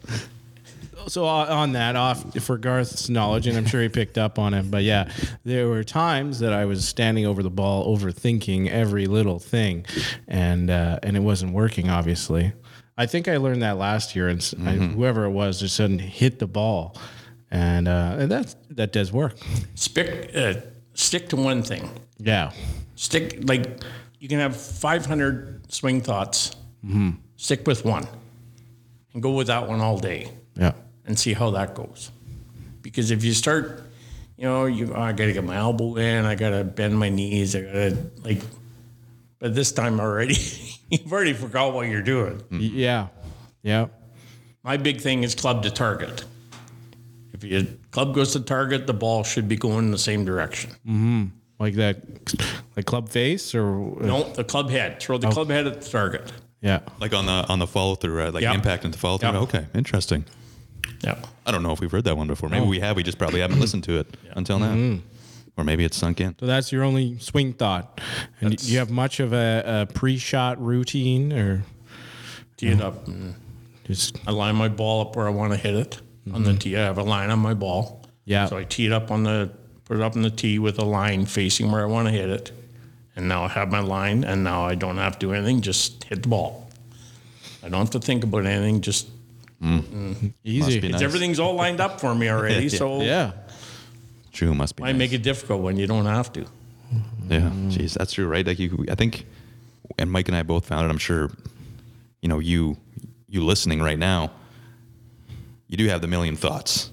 Speaker 6: So uh, on that, off for Garth's knowledge, and I'm sure he picked up on it. But yeah, there were times that I was standing over the ball, overthinking every little thing, and uh, and it wasn't working. Obviously, I think I learned that last year, and s I whoever it was just suddenly hit the ball, and uh, and that that does work.
Speaker 7: Spick, uh, stick to one thing.
Speaker 6: Yeah,
Speaker 7: Stick, like, you can have 500 swing thoughts. Stick with one and go with that one all day.
Speaker 6: yeah,
Speaker 7: and see how that goes. Because if you start, you know, you oh, I got to get my elbow in, I got to bend my knees, I got to like. But this time already, you've already forgot what you're doing.
Speaker 6: Y- yeah, yeah.
Speaker 7: My big thing is club to target. If your club goes to target, the ball should be going in the same direction.
Speaker 6: Hmm. Like that, like club face or
Speaker 7: No, the club head. Throw
Speaker 6: Oh.
Speaker 7: the club head at the target.
Speaker 6: yeah.
Speaker 1: Like on the on the follow through, right? Like
Speaker 7: Yeah.
Speaker 1: impact into follow through.
Speaker 7: Yeah.
Speaker 1: Okay, interesting.
Speaker 7: Yeah.
Speaker 1: I don't know if we've heard that one before.
Speaker 6: Oh.
Speaker 1: Maybe we have. We just probably haven't listened to it until now,
Speaker 6: Mm-hmm.
Speaker 1: or maybe it's sunk in.
Speaker 6: So that's your only swing thought. And do you have much of a, a pre-shot routine or
Speaker 7: Tee it up. And
Speaker 6: just
Speaker 7: I line my ball up where I want to hit it on the tee. I have a line on my ball.
Speaker 6: Hmm. yeah?
Speaker 7: So I tee it up on the, put it up on the tee with a line facing where I want to hit it. And now I have my line, and now I don't have to do anything, just hit the ball. I don't have to think about anything, just
Speaker 6: Easy.
Speaker 1: be
Speaker 6: It's
Speaker 1: nice.
Speaker 7: everything's all lined up for me already. So
Speaker 6: Yeah.
Speaker 1: True, must be.
Speaker 7: why
Speaker 1: nice.
Speaker 7: make it difficult when you don't have to?
Speaker 1: Yeah, jeez, that's true, right? Like you, I think and Mike and I both found it. I'm sure, you know, you you listening right now, you do have the million thoughts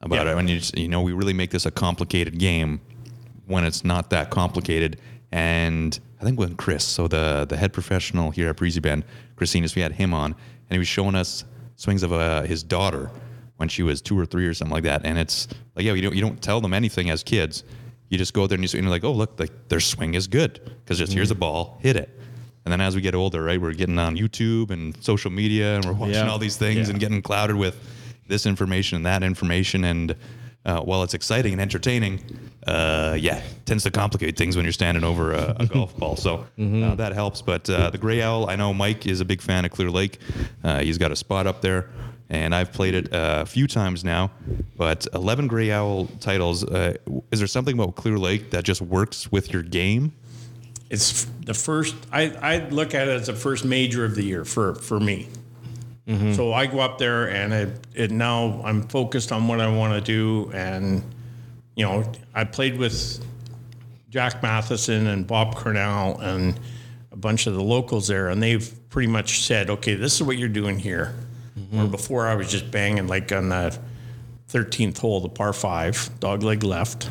Speaker 1: about it. And you, just, you know, we really make this a complicated game when it's not that complicated. And I think when Chris, so the the head professional here at Breezy Bend, Christina's, we had him on, and he was showing us swings of uh, his daughter when she was two or three or something like that. And it's like, yeah, you don't you don't tell them anything as kids. You just go out there and you and you're like, oh look, like their swing is good because just here's a ball, hit it. And then as we get older, right, we're getting on YouTube and social media, and we're watching
Speaker 6: Yeah.
Speaker 1: all these things and getting clouded with this information and that information. And uh, while it's exciting and entertaining, uh, yeah, it tends to complicate things when you're standing over a, a golf ball. So uh, that helps. But uh, the gray owl, I know Mike is a big fan of Clear Lake. Uh, he's got a spot up there, and I've played it uh, a few times now. But 11 gray owl titles. Uh, is there something about Clear Lake that just works with your game?
Speaker 7: It's f- the first. I I look at it as the first major of the year for for me. So I go up there and it, it now I'm focused on what I want to do and you know I played with Jack Matheson and Bob Cornell and a bunch of the locals there and they've pretty much said okay this is what you're doing here. Where before I was just banging like on the 13th hole the par 5 dog leg left.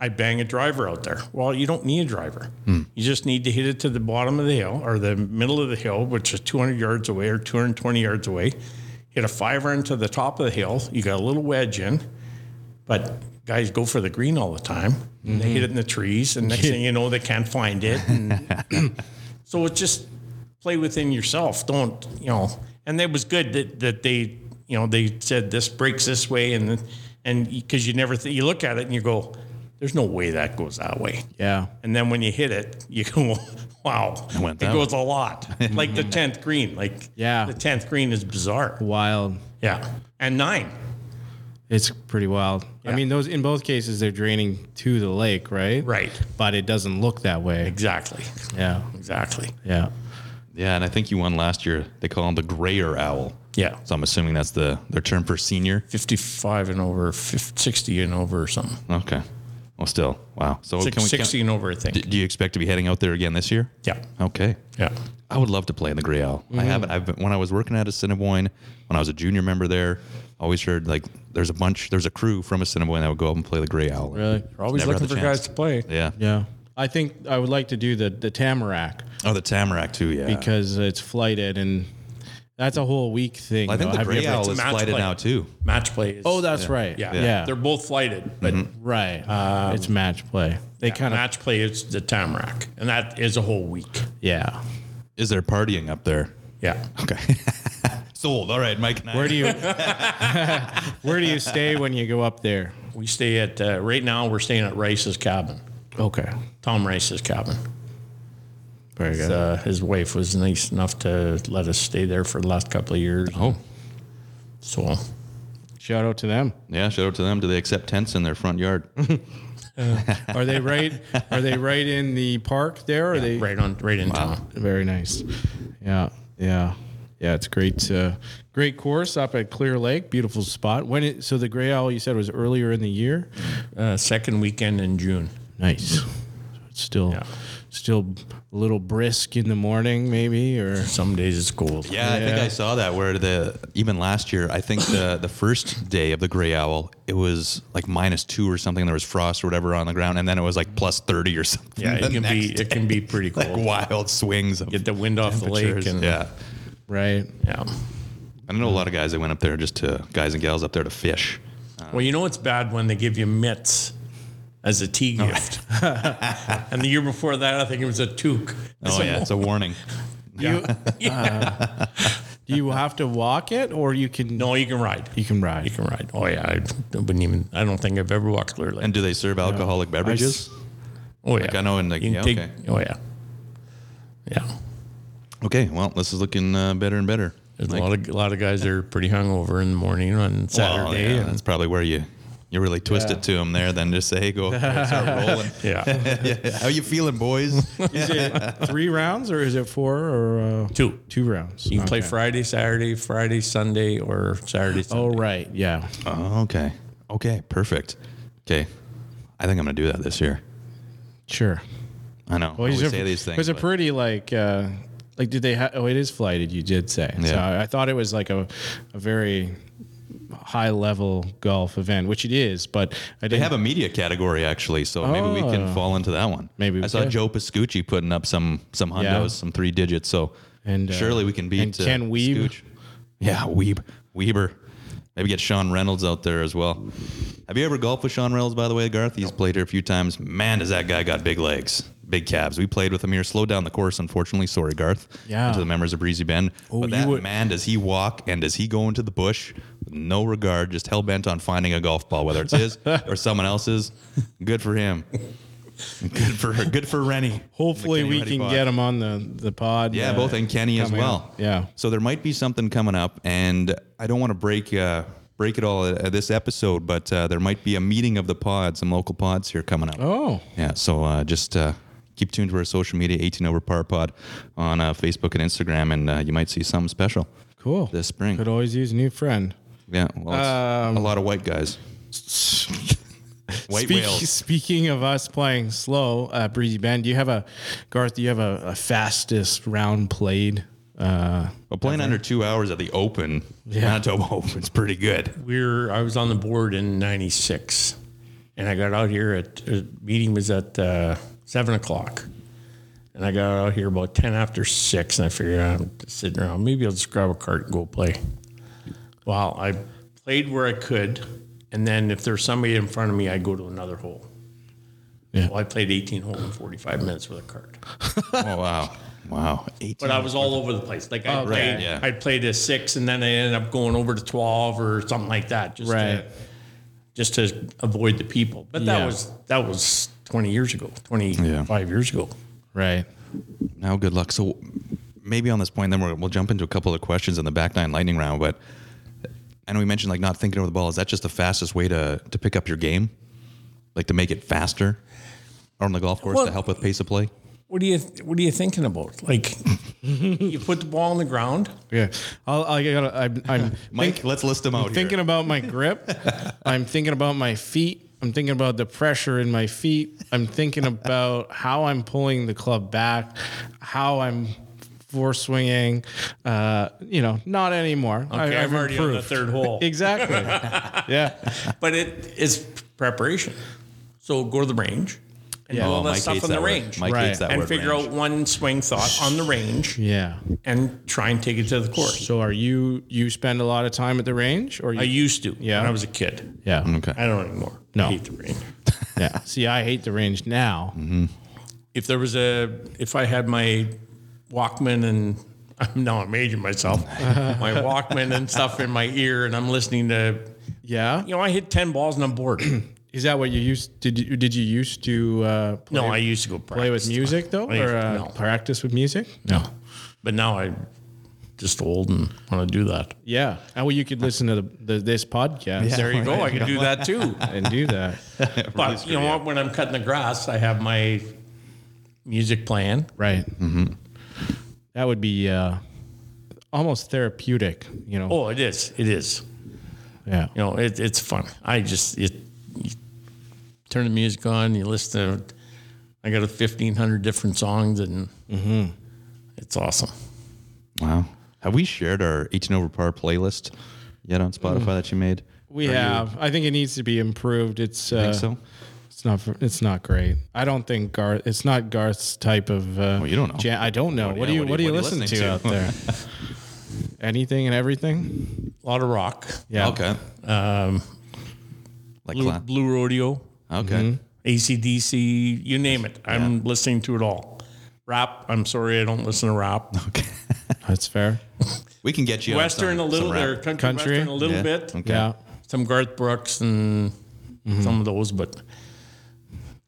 Speaker 7: I bang a driver out there. Well, you don't need a driver. You just need to hit it to the bottom of the hill or the middle of the hill, which is 200 yards away or 220 yards away. Hit a five iron to the top of the hill. You got a little wedge in, but guys go for the green all the time. And They hit it in the trees, and next thing you know, they can't find it. And- so it's just play within yourself. Don't you know? And it was good that that they you know they said this breaks this way and and because you never th- you look at it and you go, there's no way that goes that way.
Speaker 6: Yeah.
Speaker 7: And then when you hit it, you go, wow, it,
Speaker 1: went that
Speaker 7: goes a lot. like the 10th green. Like
Speaker 6: Yeah.
Speaker 7: the 10th green is bizarre.
Speaker 6: Wild.
Speaker 7: Yeah. And nine.
Speaker 6: It's pretty wild. I
Speaker 7: Yeah.
Speaker 6: mean, those in both cases they're draining to the lake, right?
Speaker 7: Right.
Speaker 6: But it doesn't look that way.
Speaker 7: Exactly.
Speaker 6: Yeah.
Speaker 7: Exactly.
Speaker 6: Yeah.
Speaker 1: Yeah, and I think you won last year. They call him the grayer owl.
Speaker 7: Yeah.
Speaker 1: So I'm assuming that's the their term for senior.
Speaker 7: 55 and over, 50, 60 and over or something.
Speaker 1: Okay. Well, still, wow. So
Speaker 7: Six-
Speaker 1: can we?
Speaker 7: 60
Speaker 1: Can,
Speaker 7: and over, I think.
Speaker 1: d- do you expect to be heading out there again this year?
Speaker 7: yeah.
Speaker 1: Okay.
Speaker 7: Yeah.
Speaker 1: I would love to play in the Grey Owl. I
Speaker 6: Mm-hmm.
Speaker 1: haven't. I've been, when I was working at Assiniboine, when I was a junior member there, I always heard like there's a bunch, there's a crew from Assiniboine that would go up and play the Grey Owl.
Speaker 6: Really.
Speaker 7: We're always
Speaker 1: Never had
Speaker 7: looking for
Speaker 1: the
Speaker 7: guys
Speaker 1: chance.
Speaker 7: to play.
Speaker 1: Yeah.
Speaker 6: Yeah. I think I would like to do the the tamarack
Speaker 1: Oh, the Tamarack too. Yeah.
Speaker 6: because it's flighted and that's a whole week thing.
Speaker 1: I think
Speaker 6: though.
Speaker 1: the
Speaker 6: Have you
Speaker 1: Grey
Speaker 6: ever-
Speaker 1: Owl is
Speaker 7: match
Speaker 1: flighted
Speaker 7: play.
Speaker 1: now too.
Speaker 7: Match play is.
Speaker 6: Oh, that's right.
Speaker 7: yeah.
Speaker 6: Yeah.
Speaker 7: They're both flighted,
Speaker 1: Mm-hmm.
Speaker 7: but
Speaker 6: Right. it's match play. Um, They kind of.
Speaker 7: match play is the Tamarack. And that is a whole week.
Speaker 6: Yeah.
Speaker 1: Is there partying up there?
Speaker 7: Yeah.
Speaker 1: Okay. Sold. All right, Mike. And I-
Speaker 6: Where do you? where do you stay when you go up there?
Speaker 7: We stay at, uh, right now, we're staying at Rice's cabin,
Speaker 6: Okay.
Speaker 7: Tom Rice's cabin.
Speaker 6: Very good.
Speaker 7: Uh, his wife was nice enough to let us stay there for the last couple of years. Oh. So,
Speaker 6: Shout out to them.
Speaker 1: Yeah. Shout out to them. Do they accept tents in their front yard?
Speaker 6: Are they right? Are they right in the park there? Are they
Speaker 7: right on, right in town.
Speaker 6: very nice? Yeah, yeah, yeah. It's great. Uh, great course up at Clear Lake. Beautiful spot. When it, so the Gray Owl you said was earlier in the year.
Speaker 7: Uh, second weekend in June.
Speaker 6: Nice. So it's still
Speaker 7: Yeah.
Speaker 6: still a little brisk in the morning, maybe or
Speaker 7: Some days it's cold.
Speaker 1: Yeah, I think I saw that where the even last year, I think the the first day of the gray owl, it was like minus two or something. There was frost or whatever on the ground, and then it was like plus thirty or something.
Speaker 7: Yeah,
Speaker 1: the
Speaker 7: it can be
Speaker 1: next
Speaker 7: it can be pretty
Speaker 1: day.
Speaker 7: cold.
Speaker 1: like wild swings. Of
Speaker 7: Get the wind off the lake
Speaker 1: temperatures.
Speaker 7: and
Speaker 1: yeah,
Speaker 6: right.
Speaker 7: yeah.
Speaker 1: I know a lot of guys that went up there just to guys and gals up there to fish.
Speaker 7: Well, you know it's bad when they give you mitts as a tea
Speaker 1: Oh.
Speaker 7: gift. and the year before that, I think it was a toque.
Speaker 1: Oh yeah, it's a warning.
Speaker 6: You, do you have to walk it, or you can?
Speaker 7: No, you can ride.
Speaker 6: you can ride.
Speaker 7: You can ride. Oh yeah, I wouldn't even. I don't think I've ever walked Clear Lake.
Speaker 1: And do they serve alcoholic beverages?
Speaker 7: oh yeah,
Speaker 1: I know in the-
Speaker 7: You can
Speaker 1: yeah,
Speaker 7: take-
Speaker 1: okay.
Speaker 7: Oh yeah, yeah.
Speaker 1: Okay, well this is looking uh, better and better.
Speaker 7: There's
Speaker 1: Like-
Speaker 7: a lot of a lot of guys that are pretty hungover in the morning on
Speaker 1: Well,
Speaker 7: Saturday.
Speaker 1: yeah,
Speaker 7: and-
Speaker 1: that's probably where you you really twist it to them there. Then just say, hey, go start rolling.
Speaker 7: yeah.
Speaker 1: yeah. How you feeling, boys?
Speaker 6: Is it three rounds or is it four or uh,
Speaker 7: Two.
Speaker 6: Two rounds.
Speaker 7: You can play
Speaker 6: Okay.
Speaker 7: Friday, Saturday, Friday, Sunday, or Saturday.
Speaker 6: Oh
Speaker 7: Sunday.
Speaker 6: right, yeah.
Speaker 1: Oh, okay. Okay, perfect. Okay. I think I'm going to do that this year.
Speaker 6: Sure.
Speaker 1: I know.
Speaker 6: Well,
Speaker 1: I
Speaker 6: these
Speaker 1: always
Speaker 6: are-
Speaker 1: say these things.
Speaker 6: There's a
Speaker 1: but-
Speaker 6: pretty like uh, like did they? Ha- oh, it is flighted. You did say. So
Speaker 1: Yeah.
Speaker 6: I, I thought it was like a, a very high level golf event, which it is. But I
Speaker 1: They
Speaker 6: didn't
Speaker 1: have a media category actually, so maybe we can fall into that one.
Speaker 6: Oh. Maybe we
Speaker 1: I saw
Speaker 6: could.
Speaker 1: Joe Pascucci putting up some some hundos,
Speaker 6: Yeah.
Speaker 1: some three digits. So
Speaker 6: And, uh,
Speaker 1: surely we can beat
Speaker 6: and Ken
Speaker 1: uh,
Speaker 6: Weeb.
Speaker 1: Scooch. Yeah, Weeb Weber. Maybe get Sean Reynolds out there as well. Have you ever golfed with Sean Reynolds? By the way, Garth, he's played here a few times. Man, does that guy got big legs, big calves. We played with him here. Slowed down the course, unfortunately. Sorry, Garth.
Speaker 6: Yeah.
Speaker 1: And To the members of Breezy Bend. but
Speaker 6: Oh, you
Speaker 1: that
Speaker 6: would-
Speaker 1: man, does he walk and does he go into the bush with no regard, just hell bent on finding a golf ball, whether it's his or someone else's? Good for him. Good for good for Rennie.
Speaker 6: Hopefully,
Speaker 1: The Kenny
Speaker 6: we
Speaker 1: Reddy
Speaker 6: can
Speaker 1: pod.
Speaker 6: get them on the the pod.
Speaker 1: Yeah,
Speaker 6: uh,
Speaker 1: both and Kenny as
Speaker 6: coming
Speaker 1: well.
Speaker 6: up. Yeah.
Speaker 1: So there might be something coming up, and I don't want to break uh, break it all at, at this episode, but uh, there might be a meeting of the pods, some local pods here coming up.
Speaker 6: Oh,
Speaker 1: Yeah, so uh, just uh, keep tuned to our social media, 18 Over Par Pod, on uh, Facebook and Instagram, and uh, you might see something special.
Speaker 6: cool.
Speaker 1: This spring.
Speaker 6: could always use a new friend.
Speaker 1: Yeah, well, it's a lot of white guys. White
Speaker 6: Speak-
Speaker 1: whales.
Speaker 6: Speaking of us playing slow, uh, Breezy Ben, do you have a Garth? Do you have a, a fastest round played? Uh,
Speaker 1: Well, playing under two hours at the Open, Manitoba Open's pretty good.
Speaker 7: We're I was on the board in '96, and I got out here at uh, meeting was at uh, seven o'clock, and I got out here about ten after six, and I figured I'm just sitting around. Maybe I'll just grab a cart and go play. Well, I played where I could, and then if there's somebody in front of me, I go to another hole.
Speaker 6: Yeah.
Speaker 7: Well, I played 18 hole in 45 minutes with a cart.
Speaker 1: Oh, wow. Wow. 18.
Speaker 7: But I was all over the place. Like
Speaker 6: Oh,
Speaker 7: I played,
Speaker 1: right, yeah.
Speaker 7: I played a six, and then I ended up going over to twelve or something like that, just
Speaker 6: Right.
Speaker 7: to, just to avoid the people. But that
Speaker 6: Yeah.
Speaker 7: was that was twenty years ago, twenty five years ago.
Speaker 6: right.
Speaker 1: Now, good luck. So, maybe on this point, then we're, we'll jump into a couple of questions in the back nine lightning round. But I know we mentioned like not thinking over the ball. Is that just the fastest way to, to pick up your game? Like to make it faster on the golf course
Speaker 7: Well-
Speaker 1: to help with pace of play?
Speaker 7: What do you What are you thinking about? Like you put the ball on the ground.
Speaker 6: Yeah, I'll, I gotta, I'm, I'm
Speaker 1: Mike, let's list them out
Speaker 6: I'm
Speaker 1: here.
Speaker 6: thinking about my grip. I'm thinking about my feet. I'm thinking about the pressure in my feet. I'm thinking about how I'm pulling the club back, how I'm force swinging. Uh, you know, not anymore.
Speaker 7: Okay, I'm already on the third hole.
Speaker 6: Exactly. yeah.
Speaker 7: But it is preparation. So go to the range and do
Speaker 1: Oh,
Speaker 7: all that stuff
Speaker 1: hates
Speaker 7: on the
Speaker 1: that word.
Speaker 7: range.
Speaker 1: Mike
Speaker 6: Right.
Speaker 1: hates that
Speaker 7: and
Speaker 1: word.
Speaker 7: figure
Speaker 1: range.
Speaker 7: out one swing thought on the range
Speaker 6: Yeah.
Speaker 7: and try and take it to the course.
Speaker 6: So are you? You spend a lot of time at the range, or you?
Speaker 7: I Mm, used to
Speaker 6: Yeah.
Speaker 7: when I was a kid.
Speaker 6: yeah.
Speaker 7: I don't anymore.
Speaker 6: No.
Speaker 7: I hate the rain.
Speaker 6: Yeah. See, I hate the range now.
Speaker 7: Mm-hmm. If there was a, if I had my Walkman and I'm now I'm aging myself, my Walkman and stuff in my ear, and I'm listening to,
Speaker 6: Yeah.
Speaker 7: you know, I hit ten balls and I'm bored.
Speaker 6: Is that what you used? Did you did you used to uh, play,
Speaker 7: no, I used to go practice.
Speaker 6: play with music though,
Speaker 7: I-
Speaker 6: or uh,
Speaker 7: no.
Speaker 6: practice with music?
Speaker 7: No, but now I'm just old and want to do that.
Speaker 6: Yeah. Oh, well, you could listen to the, the, this podcast
Speaker 7: there you go. I could do that too.
Speaker 6: and do that.
Speaker 7: But you know what? When I'm cutting the grass, I have my music playing.
Speaker 6: Right. Mm-hmm. That would be uh, almost therapeutic, you know?
Speaker 7: Oh, it is. It is.
Speaker 6: yeah.
Speaker 7: you know, it, it's fun. I just it, you turn the music on, you listen to. I got a fifteen hundred different songs, and
Speaker 1: Mm-hmm.
Speaker 7: it's awesome.
Speaker 1: Wow. Have we shared our 18 over par playlist yet on Spotify
Speaker 7: Mm.
Speaker 1: that you made?
Speaker 6: We have. I think it needs to be improved. It's uh,
Speaker 1: Think so?
Speaker 6: It's not. It's not great. I don't think Garth. It's not Garth's type of. Uh,
Speaker 1: Well, you don't know.
Speaker 6: jam- I don't know. What, do
Speaker 1: yeah,
Speaker 6: you What, do you listen to, out there? Anything and everything.
Speaker 7: A lot of rock,
Speaker 6: Yeah.
Speaker 1: Okay.
Speaker 7: Um,
Speaker 1: like
Speaker 7: Blue,
Speaker 1: cla-
Speaker 7: Blue Rodeo,
Speaker 1: Okay.
Speaker 7: mm-hmm. ACDC, you name it. I'm listening to it all. Rap. I'm sorry, I don't listen to rap.
Speaker 6: That's fair.
Speaker 1: We can get you on
Speaker 7: Western
Speaker 1: some-
Speaker 7: a little,
Speaker 1: some rap.
Speaker 7: or country,
Speaker 6: Country?
Speaker 7: western a little
Speaker 1: Yeah.
Speaker 7: bit.
Speaker 1: Okay. Mm-hmm.
Speaker 6: Yeah.
Speaker 7: Some Garth Brooks and some of those, but a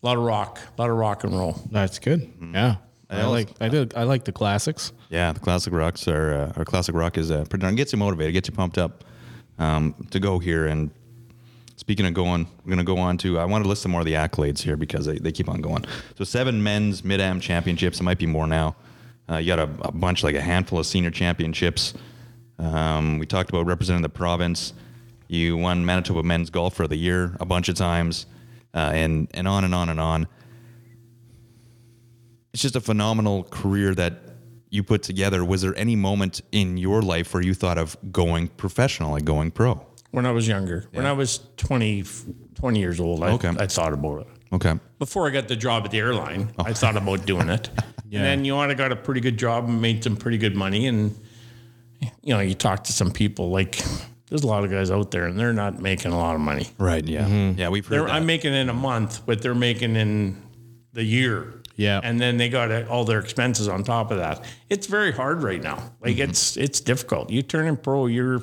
Speaker 7: lot of rock, a lot of rock and roll.
Speaker 6: That's good. Yeah. I,
Speaker 1: also-
Speaker 6: like. I do. I like the classics.
Speaker 1: Yeah, the classic rocks are uh, our classic rock is uh, pretty darn gets you motivated, gets you pumped up um, to go here. And speaking of going, we're gonna go on to I want to list some more of the accolades here because they, they keep on going. So seven men's mid am championships. It might be more now. Uh, you got a, a bunch, like a handful of senior championships. Um, we talked about representing the province. You won Manitoba Men's Golfer of the Year a bunch of times, uh, and and on and on and on. it's just a phenomenal career that you put together. Was there any moment in your life where you thought of going professional, like going pro?
Speaker 7: When I was younger, when I was 20, 20 years old, I,
Speaker 1: Okay.
Speaker 7: I thought about it.
Speaker 1: Okay.
Speaker 7: Before I got the job at the airline,
Speaker 1: Oh.
Speaker 7: I thought about doing it. And then, you know, what, I got a pretty good job and made some pretty good money. And, you know, you talk to some people, like, there's a lot of guys out there and they're not making a lot of money.
Speaker 1: Right. Yeah. Yeah. We've heard
Speaker 7: They're,
Speaker 1: that.
Speaker 7: I'm making in a month what they're making in the year.
Speaker 6: Yeah.
Speaker 7: And then they got uh, all their expenses on top of that. It's very hard right now. Like it's it's difficult. You turn in pro, you're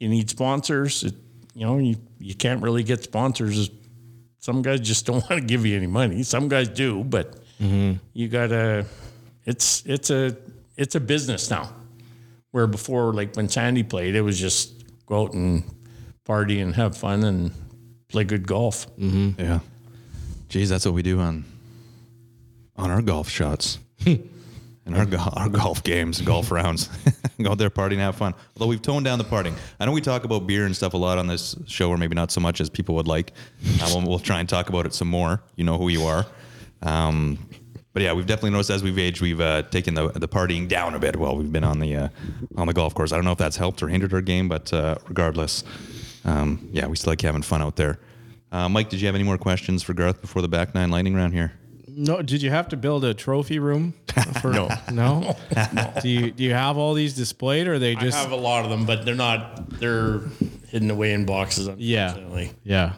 Speaker 7: you need sponsors. It, you know, you, you can't really get sponsors. Some guys just don't want to give you any money. Some guys do, but you gotta it's it's a it's a business now. Where before, like when Sandy played, it was just go out and party and have fun and play good golf.
Speaker 1: yeah. Geez, that's what we do on on our golf shots. And our, go- our golf games, golf rounds. Go out there, party, and have fun. Although we've toned down the partying. I know we talk about beer and stuff a lot on this show, or maybe not so much as people would like. Uh, we'll, we'll try and talk about it some more. You know who you are. Um, but yeah, we've definitely noticed as we've aged, we've uh, taken the, the partying down a bit while we've been on the uh, on the golf course. I don't know if that's helped or hindered our game, but uh, regardless, um, yeah, we still like having fun out there. Uh, Mike, did you have any more questions for Garth before the back nine lightning round here?
Speaker 6: No, did you have to build a trophy room? For, no, no. Do you do you have all these displayed, or are they just
Speaker 7: I have a lot of them, but they're not they're hidden away in boxes. Unfortunately.
Speaker 6: yeah,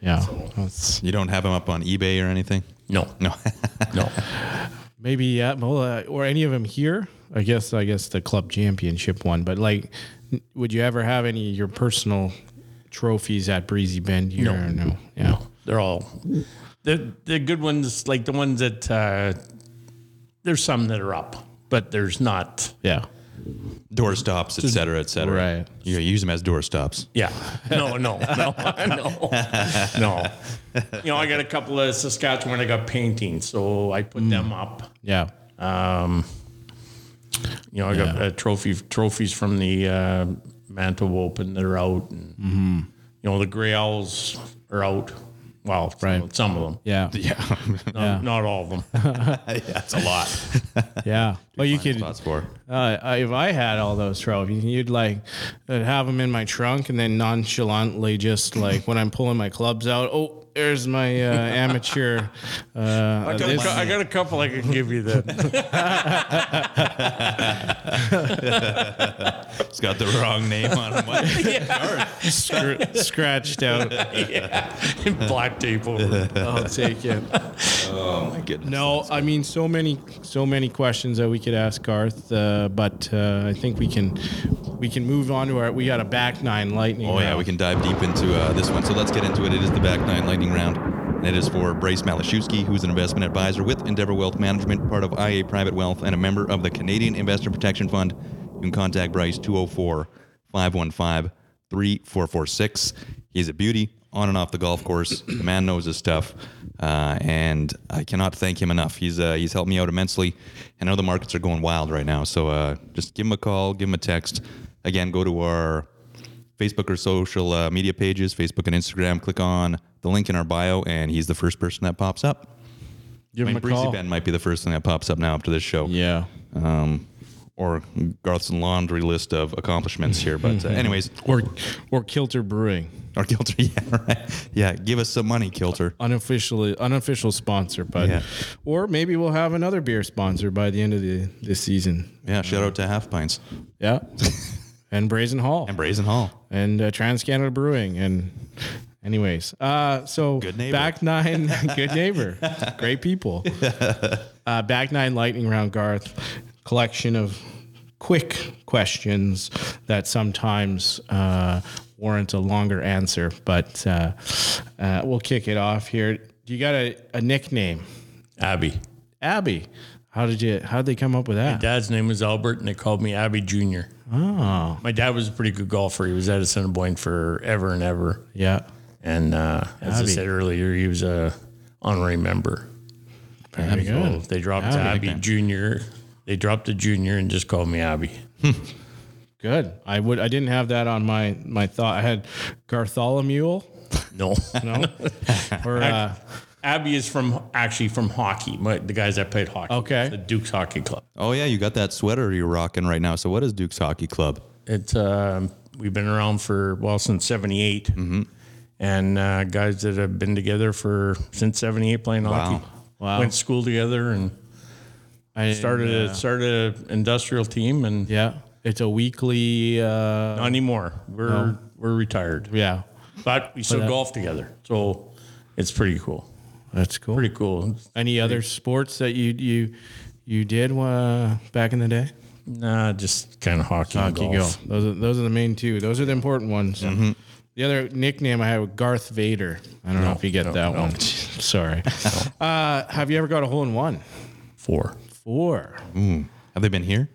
Speaker 6: yeah? That's-
Speaker 1: You don't have them up on eBay or anything?
Speaker 7: No,
Speaker 1: No.
Speaker 7: no.
Speaker 6: maybe yeah, well, uh, or any of them here. I guess I guess the club championship one, but like, n- would you ever have any of your personal trophies at Breezy Bend here? No, no, yeah.
Speaker 7: They're all the the good ones, like the ones that uh, there's some that are up, but there's not.
Speaker 6: Yeah.
Speaker 1: door stops, et cetera, et cetera.
Speaker 6: Right.
Speaker 1: You use them as door stops.
Speaker 7: Yeah. No, no, no, no, no. You know, I got a couple of Saskatchewan. I got paintings, so I put them up.
Speaker 6: Yeah.
Speaker 7: Um, you know, I got uh, trophy trophies from the uh, Manto Open that are out, and you know the Gray Owls are out. Well, some-
Speaker 6: Right.
Speaker 7: some of them,
Speaker 6: Yeah. Yeah.
Speaker 7: not, not all of them.
Speaker 1: That's a lot.
Speaker 6: Yeah. Well, you could
Speaker 1: Spots for.
Speaker 6: Uh, I- if I had all those trophies, you'd like I'd have them in my trunk, and then nonchalantly, just like when I'm pulling my clubs out, oh, there's my uh, amateur. Uh,
Speaker 7: I got, I got a couple I can give you that.
Speaker 1: It's got the wrong name on it.
Speaker 6: scr- scratched out.
Speaker 7: Black tape over.
Speaker 6: I'll take it.
Speaker 1: My goodness.
Speaker 6: No, I mean so many, so many questions that we could ask Garth, uh, but uh, I think we can, we can move on to our. We got a back nine lightning.
Speaker 1: Oh, yeah,
Speaker 6: round.
Speaker 1: we can dive deep into uh, this one. So let's get into it. It is the back nine lightning round. And it is for Brace Malashewski, who's an investment advisor with Endeavor Wealth Management, part of IA Private Wealth, and a member of the Canadian Investor Protection Fund. You can contact Bryce 204 515 3446. He's a beauty on and off the golf course. the man knows his stuff, uh, and I cannot thank him enough. He's uh, he's helped me out immensely. I know the markets are going wild right now, so uh, just give him a call, give him a text. Again, go to our Facebook or social uh, media pages, Facebook and Instagram. Click on the link in our bio, and he's the first person that pops up.
Speaker 6: give
Speaker 1: I
Speaker 6: him
Speaker 1: mean,
Speaker 6: a
Speaker 1: Breezy
Speaker 6: call.
Speaker 1: Ben might be the first thing that pops up now after this show.
Speaker 6: Yeah.
Speaker 1: Um, or Garth's laundry list of accomplishments here. But, uh, anyways,
Speaker 6: Or, or Kilter Brewing,
Speaker 1: our Kilter, yeah, right. Yeah, give us some money, Kilter.
Speaker 6: unofficially unofficial sponsor, but
Speaker 1: Yeah.
Speaker 6: or maybe we'll have another beer sponsor by the end of the this season.
Speaker 1: Yeah, shout out to Half Pints
Speaker 6: Yeah. and Brazen Hall
Speaker 1: and Brazen Hall.
Speaker 6: and uh, Trans Canada Brewing and anyways uh so
Speaker 1: Good neighbor.
Speaker 6: back nine good neighbor great people uh back nine lightning round garth collection of quick questions that sometimes uh warrant a longer answer but uh, uh we'll kick it off here you got a, a nickname
Speaker 7: Abby.
Speaker 6: abby how did you how did they come up with that
Speaker 7: Dad's name was Albert, and they called me Abby Jr. Oh. My dad was a pretty good golfer. He was at Assiniboine forever and ever.
Speaker 6: yeah
Speaker 7: And uh, as I
Speaker 6: Abby.
Speaker 7: said earlier, he was a honorary member.
Speaker 6: very
Speaker 7: So
Speaker 6: good
Speaker 7: they dropped Abby, Jr. They dropped a junior and just called me Abby.
Speaker 6: Good. I would. I didn't have that on my my thought. I had Gartholomew.
Speaker 7: No.
Speaker 6: No. or uh,
Speaker 7: Abby is from actually from hockey. My, the guys that played hockey.
Speaker 6: Okay.
Speaker 7: The Duke's Hockey Club.
Speaker 1: Oh yeah, you got that sweater you're rocking right now. So what is Duke's Hockey Club?
Speaker 7: It's uh, we've been around for well since '78,
Speaker 6: Mm-hmm.
Speaker 7: and uh, guys that have been together for since '78 playing hockey.
Speaker 6: Wow.
Speaker 7: Went to school together and
Speaker 6: I uh,
Speaker 7: started a, started an industrial team and
Speaker 6: Yeah, it's a weekly. Uh,
Speaker 7: not anymore. We're we're retired,
Speaker 6: yeah,
Speaker 7: but we still golf together. So it's pretty cool.
Speaker 6: that's cool.
Speaker 7: Pretty cool.
Speaker 6: Any other sports that you you you did uh, back in the day?
Speaker 7: Nah, just kind of hockey, and
Speaker 6: Hockey,
Speaker 7: golf.
Speaker 6: golf. Those are, those are the main two. Those are the important ones. The other nickname I had was Garth Vader. I don't know if you get that one. Sorry. Uh, have you ever got a hole in one?
Speaker 7: Four.
Speaker 6: Four
Speaker 1: Have they been here?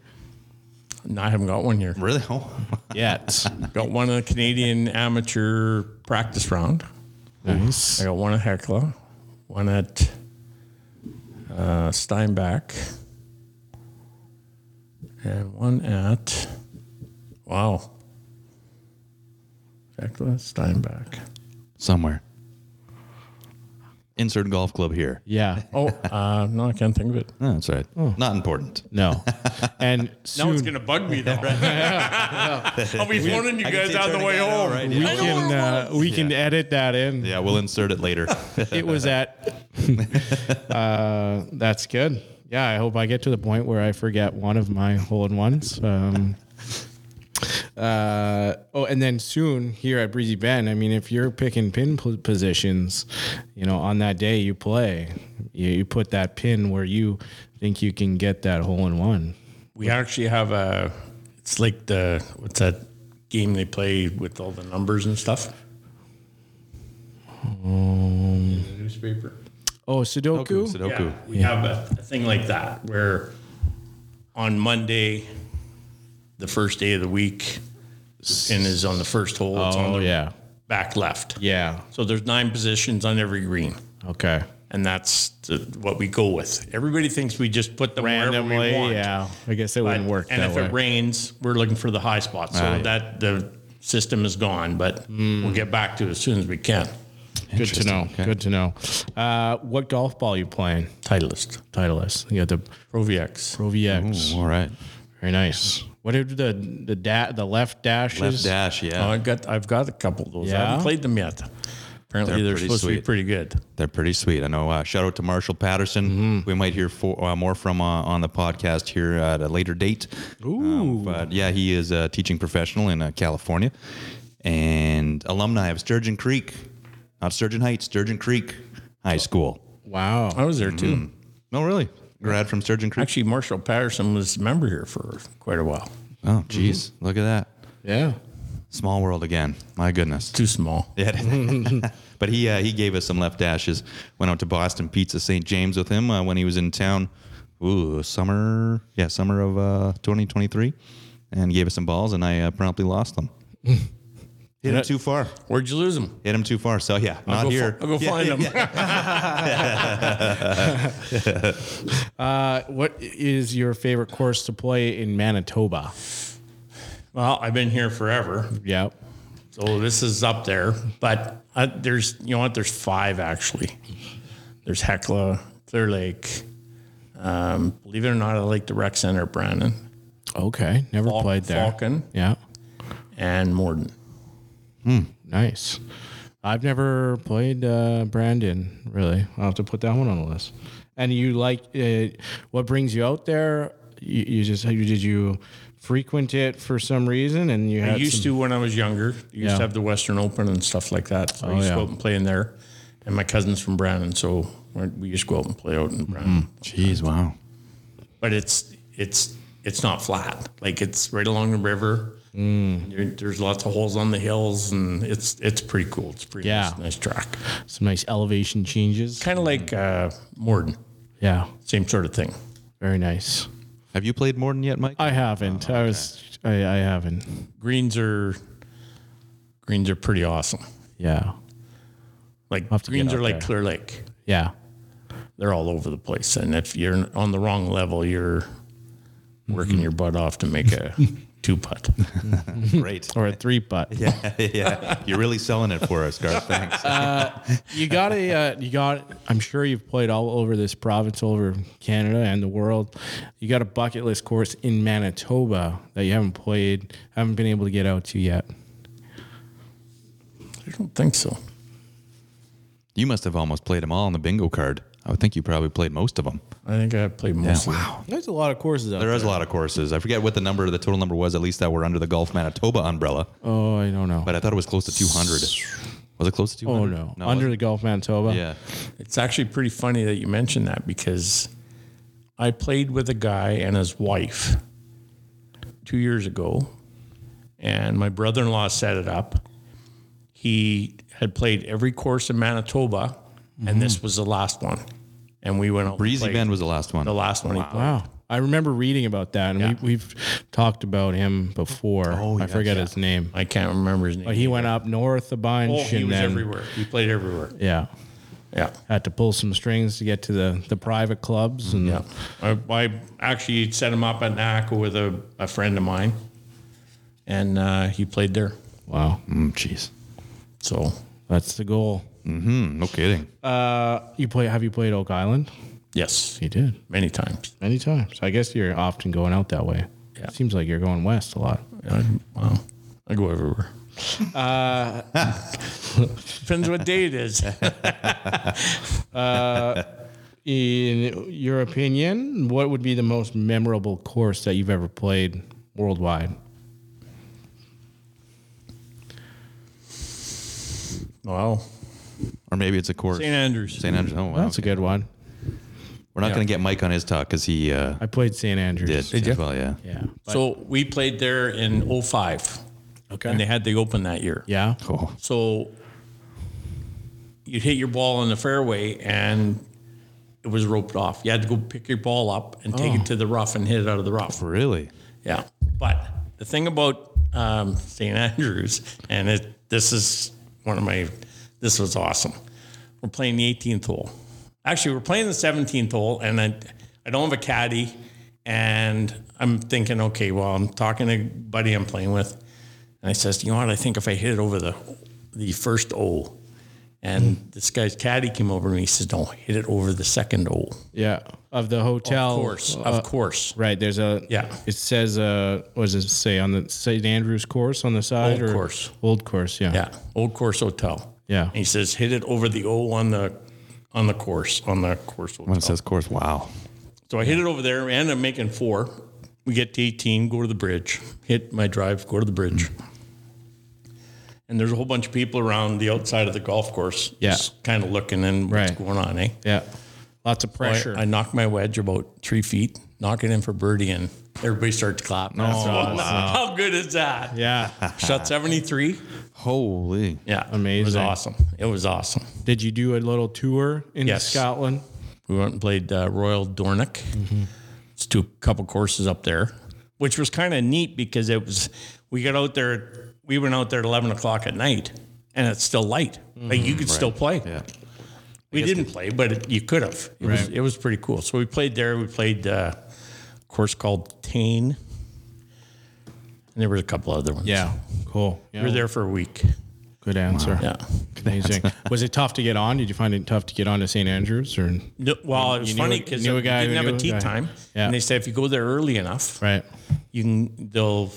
Speaker 7: No, I haven't got one here.
Speaker 1: Really? Oh,
Speaker 6: yet.
Speaker 7: Got one in the Canadian amateur practice round.
Speaker 6: nice.
Speaker 7: I got one at Hecla, one at uh, Steinbach, and one at wow. Hecla, Steinbach.
Speaker 1: somewhere. Insert golf club here.
Speaker 6: Yeah.
Speaker 7: Oh, uh, no, I can't think of it.
Speaker 1: Oh, that's all right. Not important.
Speaker 6: No. And soon,
Speaker 7: to bug me though. I'll be phoning you
Speaker 1: I can see it turning out, right?
Speaker 6: we
Speaker 1: Yeah.
Speaker 6: can uh, we can edit that in.
Speaker 1: yeah, we'll insert it later.
Speaker 6: it was at. uh, that's good. Yeah, I hope I get to the point where I forget one of my hole in ones. Um, uh, oh, and then soon here at Breezy Bend, I mean, if you're picking pin po- positions, you know, on that day you play, you, you put that pin where you think you can get that hole in one.
Speaker 7: We actually have a. It's like the what's that game they play with all the numbers and stuff. In the newspaper.
Speaker 6: Oh, Sudoku?
Speaker 1: Sudoku.
Speaker 7: Yeah, we have a, a thing like that where on Monday, the first day of the week, the pin is on the first hole. it's on
Speaker 6: Oh,
Speaker 7: the
Speaker 6: yeah.
Speaker 7: back left.
Speaker 6: Yeah.
Speaker 7: So there's nine positions on every green.
Speaker 6: Okay.
Speaker 7: And that's the, what we go with. Everybody thinks we just put them wherever
Speaker 6: Randomly,
Speaker 7: we want.
Speaker 6: yeah. I guess it
Speaker 7: But-
Speaker 6: wouldn't work
Speaker 7: And
Speaker 6: that
Speaker 7: if
Speaker 6: way.
Speaker 7: it rains, we're looking for the high spot. So
Speaker 1: Right.
Speaker 7: that the system is gone, but we'll get back to it as soon as we can.
Speaker 6: Good to know. Good to know. Uh, what golf ball you playing?
Speaker 7: Titleist,
Speaker 6: Titleist. You got the
Speaker 7: Pro VX.
Speaker 6: Pro VX.
Speaker 1: All right.
Speaker 6: Very nice. What did the the da- the left dashes?
Speaker 1: Left dash, yeah.
Speaker 7: Oh, I got, I've got a couple of those. I
Speaker 6: Yeah?
Speaker 7: haven't played them yet. Apparently,
Speaker 1: They're
Speaker 7: they're,
Speaker 1: pretty
Speaker 7: supposed to be
Speaker 1: sweet.
Speaker 7: pretty good.
Speaker 1: They're pretty sweet. I know. Uh, shout out to Marshall Patterson.
Speaker 7: Mm-hmm.
Speaker 1: We might hear for, uh, more from uh, on the podcast here at a later date. Ooh. but yeah, he is a teaching professional in uh, California and alumni of Sturgeon Creek, not Sturgeon Heights, Sturgeon Creek High School.
Speaker 6: Wow.
Speaker 7: I was there too.
Speaker 1: Mm-hmm. No, really? Grad from Sturgeon Creek.
Speaker 7: Oh, Actually, Marshall Patterson was a member here for quite a while.
Speaker 1: oh,
Speaker 7: mm-hmm.
Speaker 1: geez. Look at that.
Speaker 6: Yeah.
Speaker 1: Small world again. My goodness.
Speaker 7: Too small.
Speaker 1: Yeah. but he uh, he gave us some left dashes. Went out to Boston Pizza St. James with him uh, when he was in town. Ooh, summer. Yeah, summer of uh, 2023. And gave us some balls, and I uh, promptly lost them. Hit him too far.
Speaker 7: Where'd you lose him?
Speaker 1: Hit him too far. So, yeah, not
Speaker 7: I'll go fi-
Speaker 1: here.
Speaker 7: I'll go
Speaker 1: Yeah,
Speaker 7: find
Speaker 1: yeah,
Speaker 7: him.
Speaker 1: yeah.
Speaker 6: Uh, what is your favorite course to play in Manitoba?
Speaker 7: Well, I've been here forever,
Speaker 6: Yeah.
Speaker 7: so this is up there. But uh there's, you know what? There's five actually. There's Hecla, Clear Lake. Um, believe it or not, I like the rec center, at Brandon,
Speaker 6: Okay. Never
Speaker 7: Fal-
Speaker 6: played there.
Speaker 7: Falcon,
Speaker 6: Yeah.
Speaker 7: and Morden.
Speaker 6: Nice. I've never played uh, Brandon. Really, I'll have to put that one on the list. And you like uh, what brings you out there? You, you just you, did you frequent it for some reason? And you
Speaker 7: I
Speaker 6: had
Speaker 7: used
Speaker 6: some-
Speaker 7: to when I was younger. I used
Speaker 6: Yeah.
Speaker 7: to have the Western Open and stuff like that. So I
Speaker 6: Oh,
Speaker 7: used
Speaker 6: yeah.
Speaker 7: to go out and play in there. And my cousin's from Brandon, so we're- we used to go out and play out in Brandon.
Speaker 6: Mm,
Speaker 1: Jeez, wow.
Speaker 7: But it's it's it's not flat. Like it's right along the river.
Speaker 6: Mm.
Speaker 7: There- There's lots of holes on the hills, and it's it's pretty cool. It's pretty
Speaker 6: Yeah.
Speaker 7: nice, nice track.
Speaker 6: some nice elevation changes.
Speaker 7: Kind of like uh, Morden,
Speaker 6: Yeah,
Speaker 7: same sort of thing.
Speaker 6: very nice. Oh,
Speaker 1: Have you played Morden yet, Mike?
Speaker 6: I haven't. I was. I, I haven't.
Speaker 7: Greens are greens are pretty awesome.
Speaker 6: Yeah.
Speaker 7: Like
Speaker 6: have to get
Speaker 7: greens
Speaker 6: out
Speaker 7: are like
Speaker 6: there.
Speaker 7: Clear Lake.
Speaker 6: Yeah.
Speaker 7: they're all over the place. And if you're on the wrong level, you're working your butt off to make a two putt.
Speaker 1: Great.
Speaker 6: or a three putt.
Speaker 1: Yeah, yeah. You're really selling it for us, Garth. Thanks.
Speaker 6: You got a, uh, you got. I'm sure you've played all over this province, over Canada and the world. You got a bucket list course in Manitoba that you haven't played, haven't been able to get out to yet.
Speaker 7: I don't think so.
Speaker 1: you must have almost played them all on the bingo card. I would think you probably played most of them.
Speaker 7: I think I played most of them.
Speaker 6: There's a lot of courses out
Speaker 1: There is a lot of courses. I forget what the number, the total number was, at least that were under the Golf Manitoba umbrella.
Speaker 6: Oh, I don't know.
Speaker 1: But I thought it was close to 200. Was it close to 200?
Speaker 6: oh no, under the Gulf Manitoba.
Speaker 1: yeah.
Speaker 7: It's actually pretty funny that you mentioned that because I played with a guy and his wife two years ago, and my brother in law set it up. He had played every course in Manitoba, and this was the last one. And we went out. and
Speaker 1: Mm-hmm. Breezy
Speaker 7: played
Speaker 1: Bend was the last one.
Speaker 7: the last one he played.
Speaker 6: Wow. I remember reading about that, and we, we've talked about him before. Oh, I forget his name.
Speaker 7: I can't remember his name.
Speaker 6: But he went up north a bunch,
Speaker 7: oh, he
Speaker 6: and
Speaker 7: was
Speaker 6: then
Speaker 7: everywhere. He played everywhere.
Speaker 6: yeah,
Speaker 7: Yeah.
Speaker 6: had to pull some strings to get to the the private clubs, and
Speaker 7: Yeah. I, I actually set him up at NACA with a, a friend of mine, and uh, he played there.
Speaker 6: wow,
Speaker 1: Mm, Jeez.
Speaker 7: So
Speaker 6: that's the goal.
Speaker 1: Mm, no kidding.
Speaker 6: You play? Have you played Oak Island?
Speaker 7: Yes,
Speaker 6: You did
Speaker 7: many times.
Speaker 6: many times. I guess you're often going out that way.
Speaker 7: Yeah.
Speaker 6: Seems like you're going west a lot.
Speaker 7: I, wow, I go everywhere. Uh, depends what day it is.
Speaker 6: In your opinion, what would be the most memorable course that you've ever played worldwide?
Speaker 7: Wow,
Speaker 1: or maybe it's a course.
Speaker 7: St. Andrews.
Speaker 1: St. Andrews. Oh, wow.
Speaker 6: That's a good one.
Speaker 1: We're not going to get Mike on his talk because he uh,
Speaker 6: I played St. Andrews.
Speaker 1: did,
Speaker 7: you?
Speaker 1: as well. Yeah.
Speaker 6: Yeah.
Speaker 7: So we played there in 05,
Speaker 6: Okay.
Speaker 7: and they had the Open that year.
Speaker 6: yeah.
Speaker 1: Cool.
Speaker 7: So you'd hit your ball on the fairway and it was roped off. You had to go pick your ball up and take it to the rough and hit it out of the rough.
Speaker 1: Really?
Speaker 7: Yeah. But the thing about um, St. Andrews, and it, this is one of my, this was awesome. We're playing the 18th hole. Actually, we're playing the 17th hole, and I, I don't have a caddy. And I'm thinking, okay, well, I'm talking to a buddy I'm playing with. And I says, you know what? I think if I hit it over the, the first O, and this guy's caddy came over and he says, no, hit it over the second O.
Speaker 6: Yeah. Of the hotel.
Speaker 7: Of course,
Speaker 6: Uh,
Speaker 7: of course.
Speaker 6: right. There's a.
Speaker 7: Yeah.
Speaker 6: It says, uh, what does it say on the St. Andrews course on the side?
Speaker 7: Old
Speaker 6: or-
Speaker 7: course.
Speaker 6: Old course. Yeah.
Speaker 7: Yeah, Old Course Hotel.
Speaker 6: Yeah.
Speaker 7: And he says, hit it over the O on the on the course on the course hotel.
Speaker 1: When it says course, wow.
Speaker 7: So I hit it over there, and I'm making four. We get to 18, go to the bridge, hit my drive, go to the bridge.
Speaker 6: Mm.
Speaker 7: And there's a whole bunch of people around the outside of the golf course,
Speaker 6: Yeah.
Speaker 7: just kind of looking and what's
Speaker 6: Right.
Speaker 7: going on, eh?
Speaker 6: Yeah. Lots of
Speaker 7: I-
Speaker 6: pressure.
Speaker 7: I, knocked my wedge about three feet, knock it in for birdie, and everybody started to clap. No, how good is that?
Speaker 6: yeah.
Speaker 7: Shot 73.
Speaker 1: Holy.
Speaker 7: Yeah, it was
Speaker 6: Amazing.
Speaker 7: awesome. It was awesome.
Speaker 6: Did you do a little tour in
Speaker 7: Yes.
Speaker 6: Scotland?
Speaker 7: We went and played uh, Royal Dornick.
Speaker 6: Mm-hmm.
Speaker 7: Let's do a couple courses up there, which was kind of neat because it was, we got out there, we went out there at 11 o'clock at night and it's still light. Like you
Speaker 6: Mm-hmm.
Speaker 7: could still play.
Speaker 1: Yeah.
Speaker 7: We didn't play, but it, you could have. It, was, it was pretty cool. So we played there. We played uh, a course called Tane. And there was a couple other ones.
Speaker 6: Cool. Yeah.
Speaker 7: We were there for a week.
Speaker 6: Good answer.
Speaker 7: Yeah.
Speaker 6: Amazing. Was it tough to get on? Did you find it tough to get on to St. Andrews or
Speaker 7: No, well, it was
Speaker 6: knew
Speaker 7: funny
Speaker 6: a-
Speaker 7: because
Speaker 6: knew a
Speaker 7: we
Speaker 6: guy who
Speaker 7: didn't have
Speaker 6: knew
Speaker 7: a
Speaker 6: a
Speaker 7: tea
Speaker 6: guy.
Speaker 7: time.
Speaker 6: Yeah.
Speaker 7: And they said if you go there early enough,
Speaker 6: right?
Speaker 7: you can they'll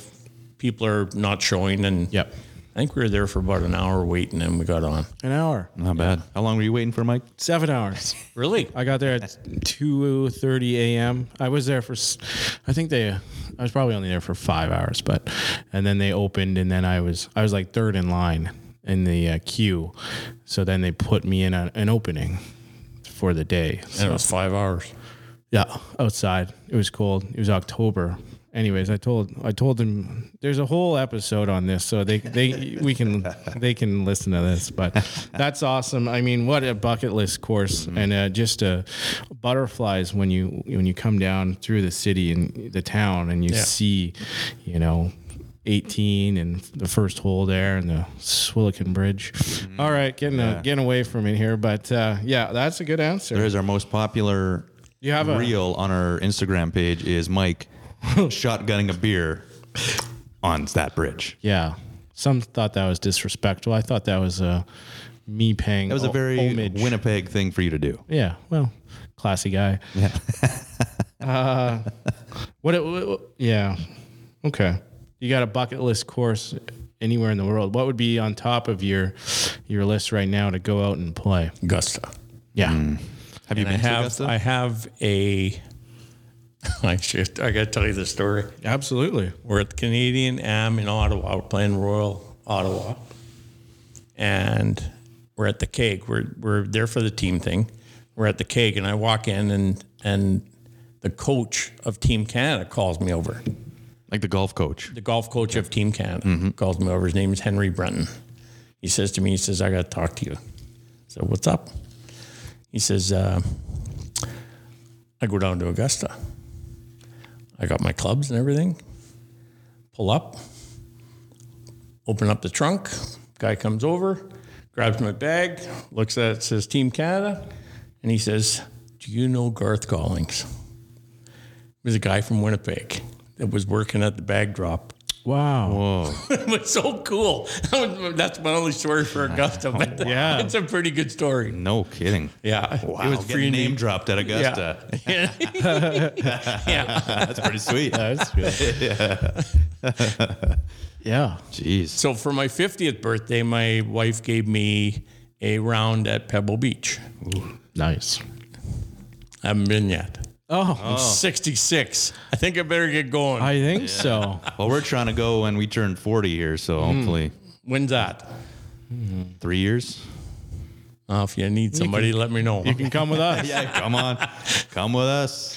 Speaker 7: people are not showing and
Speaker 6: Yep.
Speaker 7: I think we were there for about an hour waiting and we got on.
Speaker 6: An hour,
Speaker 1: Not bad. How long were you waiting for, Mike?
Speaker 6: seven hours.
Speaker 7: Really?
Speaker 6: I got there at two thirty a.m. I was there for, s- I think they, I was probably only there for five hours, but, and then they opened, and then I was, I was like third in line in the uh, queue, so then they put me in a, an opening for the day.
Speaker 7: And it was five hours.
Speaker 6: Yeah, outside. It was cold. It was October. Anyways, I told I told them there's a whole episode on this, so they they we can they can listen to this. But that's awesome. I mean, what a bucket list course, and uh, just uh, butterflies when you when you come down through the city and the town, and you see, you know. 18 and the first hole there and the Swillican Bridge. All right, getting uh getting away from it here, but uh, yeah, that's a good answer.
Speaker 1: There is our most popular
Speaker 6: You have a-
Speaker 1: reel on our Instagram page is Mike shotgunning a beer on that bridge.
Speaker 6: Yeah. Some thought that was disrespectful. I thought that was uh, me paying.
Speaker 1: That was a
Speaker 6: ho-
Speaker 1: very
Speaker 6: Oh, homage.
Speaker 1: Winnipeg thing for you to do.
Speaker 6: Yeah, well, classy guy. Yeah. uh, what, it, what? Yeah. Okay. You got a bucket list course anywhere in the world. What would be on top of your your list right now to go out and play?
Speaker 7: Augusta.
Speaker 6: Yeah.
Speaker 1: Hmm. Have you
Speaker 7: And I
Speaker 1: been to
Speaker 7: have
Speaker 1: Augusta?
Speaker 7: I have a. Actually, I got to tell you the story.
Speaker 6: Absolutely.
Speaker 7: We're at the Canadian Am in Ottawa. We're playing Royal Ottawa, and we're at the keg. We're we're there for the team thing. We're at the keg, and I walk in, and and the coach of Team Canada calls me over.
Speaker 1: like the golf coach.
Speaker 7: The golf coach of Team Canada calls me over. His name is Henry Brunton. He says to me, he says, I got to talk to you. So what's up? He says, uh, I go down to Augusta. I got my clubs and everything. Pull up, open up the trunk. Guy comes over, grabs my bag, looks at it, says Team Canada, and he says, Do you know Garth Collings? He was a guy from Winnipeg that was working at the bag drop
Speaker 6: Wow.
Speaker 7: it was so cool. That's my only story for Augusta. But
Speaker 6: Oh, Yeah.
Speaker 7: it's a pretty good story.
Speaker 1: No kidding.
Speaker 7: Yeah,
Speaker 1: Wow,
Speaker 7: it was
Speaker 1: getting
Speaker 7: free
Speaker 1: name
Speaker 7: name.
Speaker 1: dropped at Augusta.
Speaker 7: Yeah. yeah.
Speaker 1: That's pretty sweet.
Speaker 6: That's good. yeah.
Speaker 1: Jeez.
Speaker 7: So for my 50th birthday, my wife gave me a round at Pebble Beach.
Speaker 6: Nice.
Speaker 7: I haven't been yet.
Speaker 6: Oh,
Speaker 7: I'm 66. I think I better get going.
Speaker 6: I think so.
Speaker 1: Well, we're trying to go when we turn 40 here, so hopefully
Speaker 7: When's that?
Speaker 1: three years.
Speaker 7: Uh, if you need somebody, let me know.
Speaker 6: You can come with us.
Speaker 1: Yeah, come on, come with us.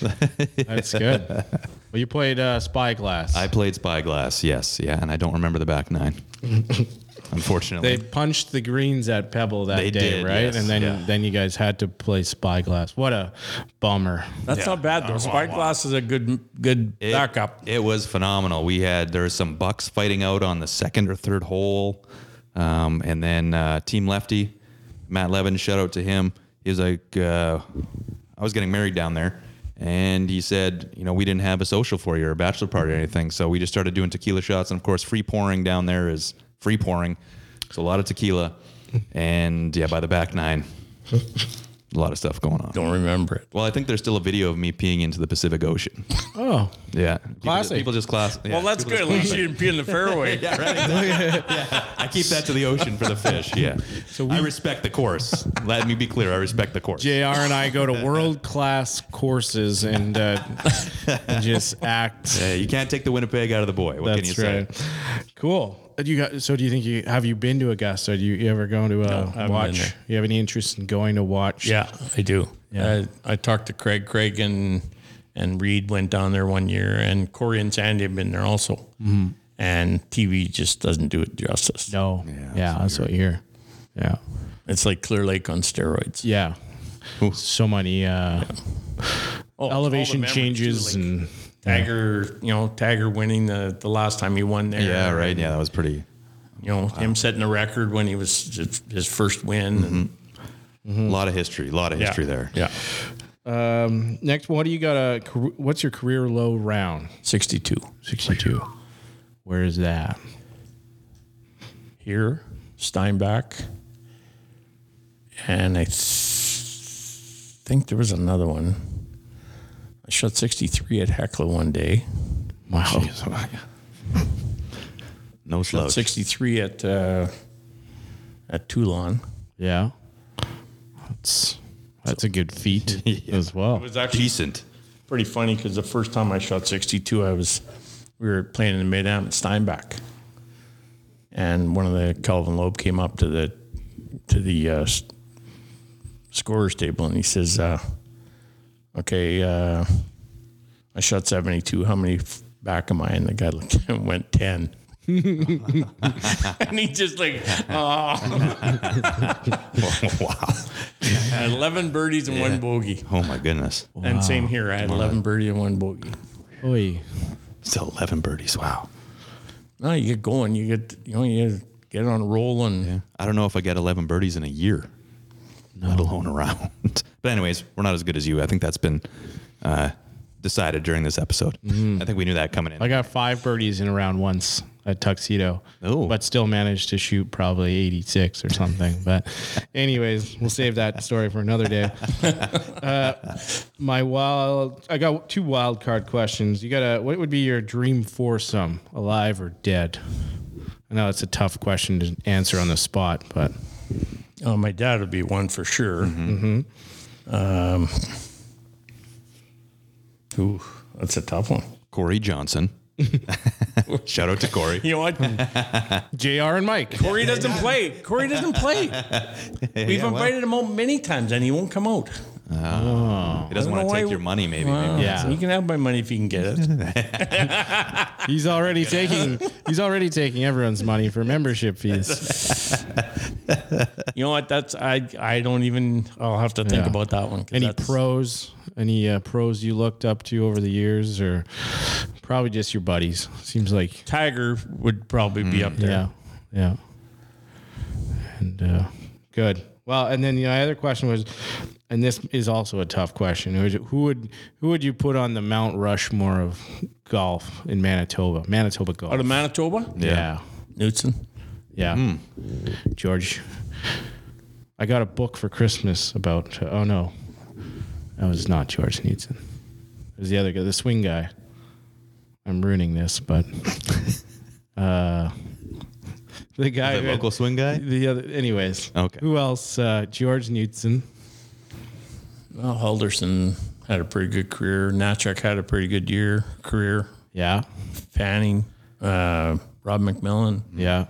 Speaker 6: That's good. Well, you played uh, Spyglass.
Speaker 1: I played Spyglass, yes, yeah, and I don't remember the back nine, unfortunately.
Speaker 6: They punched the greens at Pebble that
Speaker 1: They
Speaker 6: day,
Speaker 1: did,
Speaker 6: right?
Speaker 1: yes.
Speaker 6: And then
Speaker 1: Yeah.
Speaker 6: then you guys had to play Spyglass. What a bummer.
Speaker 7: That's not bad though. Spyglass is a good good
Speaker 1: It-
Speaker 7: backup.
Speaker 1: It was phenomenal. We had there was some bucks fighting out on the second or third hole, um, and then uh, Team Lefty, Matt Levin. Shout out to him. He was like, uh, I was getting married down there, and he said, you know, we didn't have a social for you or a bachelor party or anything, so we just started doing tequila shots, and of course, free pouring down there is free pouring, so a lot of tequila, and yeah, by the back nine, a lot of stuff going on.
Speaker 7: Don't remember it.
Speaker 1: Well, I think there's still a video of me peeing into the Pacific Ocean.
Speaker 6: Oh,
Speaker 1: Yeah. People ju-
Speaker 6: Classy.
Speaker 1: People just class. yeah,
Speaker 7: Well, that's
Speaker 1: people
Speaker 7: good. At
Speaker 1: just
Speaker 7: least
Speaker 1: class
Speaker 7: you
Speaker 1: it.
Speaker 7: didn't pee in the fairway.
Speaker 1: Yeah, right. exactly. yeah. I keep that to the ocean for the fish. Yeah. So I respect the course. Let me be clear. I respect the course.
Speaker 6: JR and I go to world class courses and, uh, and just act.
Speaker 1: Hey, you can't take the Winnipeg out of the boy. What can you
Speaker 6: That's
Speaker 1: say?
Speaker 6: right. Cool. Uh, You got, so do you think you have you been to Augusta? Do you, you ever going to uh,
Speaker 7: haven't been
Speaker 6: watch?
Speaker 7: there.
Speaker 6: You have any interest in going to watch?
Speaker 7: Yeah, I do. Uh, I, I talked to Craig. Craig and and Reed went down there one year, and Corey and Sandy have been there also. And TV just doesn't do it justice.
Speaker 6: No. Yeah, that's what you hear. Yeah.
Speaker 7: It's like Clear Lake on steroids.
Speaker 6: Yeah. So many uh,
Speaker 7: Oh, it's all the
Speaker 6: elevation
Speaker 7: memories,
Speaker 6: changes
Speaker 7: too, like
Speaker 6: and
Speaker 7: Tagger, you know, Tagger winning the the last time he won there.
Speaker 1: Yeah, right. Yeah, that was pretty.
Speaker 7: You know, him setting the record when he was his- his first win. And
Speaker 1: A lot of history. A lot of history there.
Speaker 7: Yeah,
Speaker 6: Next, what do you got? A car- what's your career low round?
Speaker 7: sixty two
Speaker 6: Sixty-two. Where is that?
Speaker 7: here, Steinbach, and I th- think there was another one. I shot 63 at Hecla one day.
Speaker 6: Wow.
Speaker 1: No
Speaker 7: Shot
Speaker 1: slouch.
Speaker 7: 63 at uh, at Toulon.
Speaker 6: Yeah. That's that's a good feat as well.
Speaker 7: It was actually
Speaker 1: Decent.
Speaker 7: pretty funny because the first time I shot 62, I was we were playing in the mid am at Steinbach, and one of the Calvin Loeb came up to the to the uh, s- scorer's table and he says, uh, "Okay, uh, I shot 72. How many f- back am I?" And the guy looked at him and went 10. and he just like, oh,
Speaker 1: wow.
Speaker 7: eleven birdies and one bogey.
Speaker 1: Oh my goodness.
Speaker 7: And same here, I had eleven birdie and one bogey.
Speaker 6: Oy.
Speaker 1: It's 11 birdies. Wow.
Speaker 7: No, you get going. You get you know you get on a roll and
Speaker 1: I don't know if I get 11 birdies in a year, let alone around. but anyways, we're not as good as you. I think that's been uh, decided during this episode. I think we knew that coming in.
Speaker 6: I got five birdies in a round once. a tuxedo.
Speaker 1: Oh.
Speaker 6: But still managed to shoot probably 86 or something. But, anyways, we'll save that story for another day. Uh, my wild, I got two wild card questions. You got to, what would be your dream foursome, alive or dead? I know it's a tough question to answer on the spot, but
Speaker 7: Oh, my dad would be one for sure. Um, ooh, that's a tough one.
Speaker 1: Corey Johnson. Shout out to Corey.
Speaker 7: You know what?
Speaker 6: JR and Mike.
Speaker 7: Corey doesn't play. Corey doesn't play. We've
Speaker 1: Yeah, well,
Speaker 7: invited him out many times and he won't come out.
Speaker 1: He doesn't
Speaker 7: I don't
Speaker 1: want to
Speaker 7: know
Speaker 1: take
Speaker 7: why-
Speaker 1: your money, maybe.
Speaker 7: Wow.
Speaker 1: maybe.
Speaker 6: Yeah.
Speaker 7: You can have my money if you can get it.
Speaker 6: He's already taking he's already taking everyone's money for membership fees.
Speaker 7: You know what? That's I. I don't even. I'll have to think
Speaker 6: Yeah.
Speaker 7: about that one. 'cause
Speaker 6: Any
Speaker 7: that's-
Speaker 6: pros? Any uh, pros you looked up to over the years, or probably just your buddies? Seems like
Speaker 7: Tiger would probably be up there.
Speaker 6: yeah, yeah. And uh, good. Well, and then the other question was, and this is also a tough question. Who would you- Who would who would you put on the Mount Rushmore of golf in Manitoba? Manitoba golf.
Speaker 7: Out of Manitoba,
Speaker 6: yeah.
Speaker 7: Newton.
Speaker 6: Yeah.
Speaker 1: Hmm.
Speaker 6: George, I got a book for Christmas about. oh no, that was not George Knudsen. It was the other guy, the swing guy. I'm ruining this, but uh, the guy,
Speaker 1: The
Speaker 6: who had-
Speaker 1: local swing guy?
Speaker 6: the other. Anyways,
Speaker 1: Okay.
Speaker 6: Who else? Uh, George Knudsen.
Speaker 7: Well, Halderson had a pretty good career. Natchuk had a pretty good year career.
Speaker 6: Yeah,
Speaker 7: Fanning, uh, Rob McMillan,
Speaker 1: Hmm.
Speaker 6: yeah,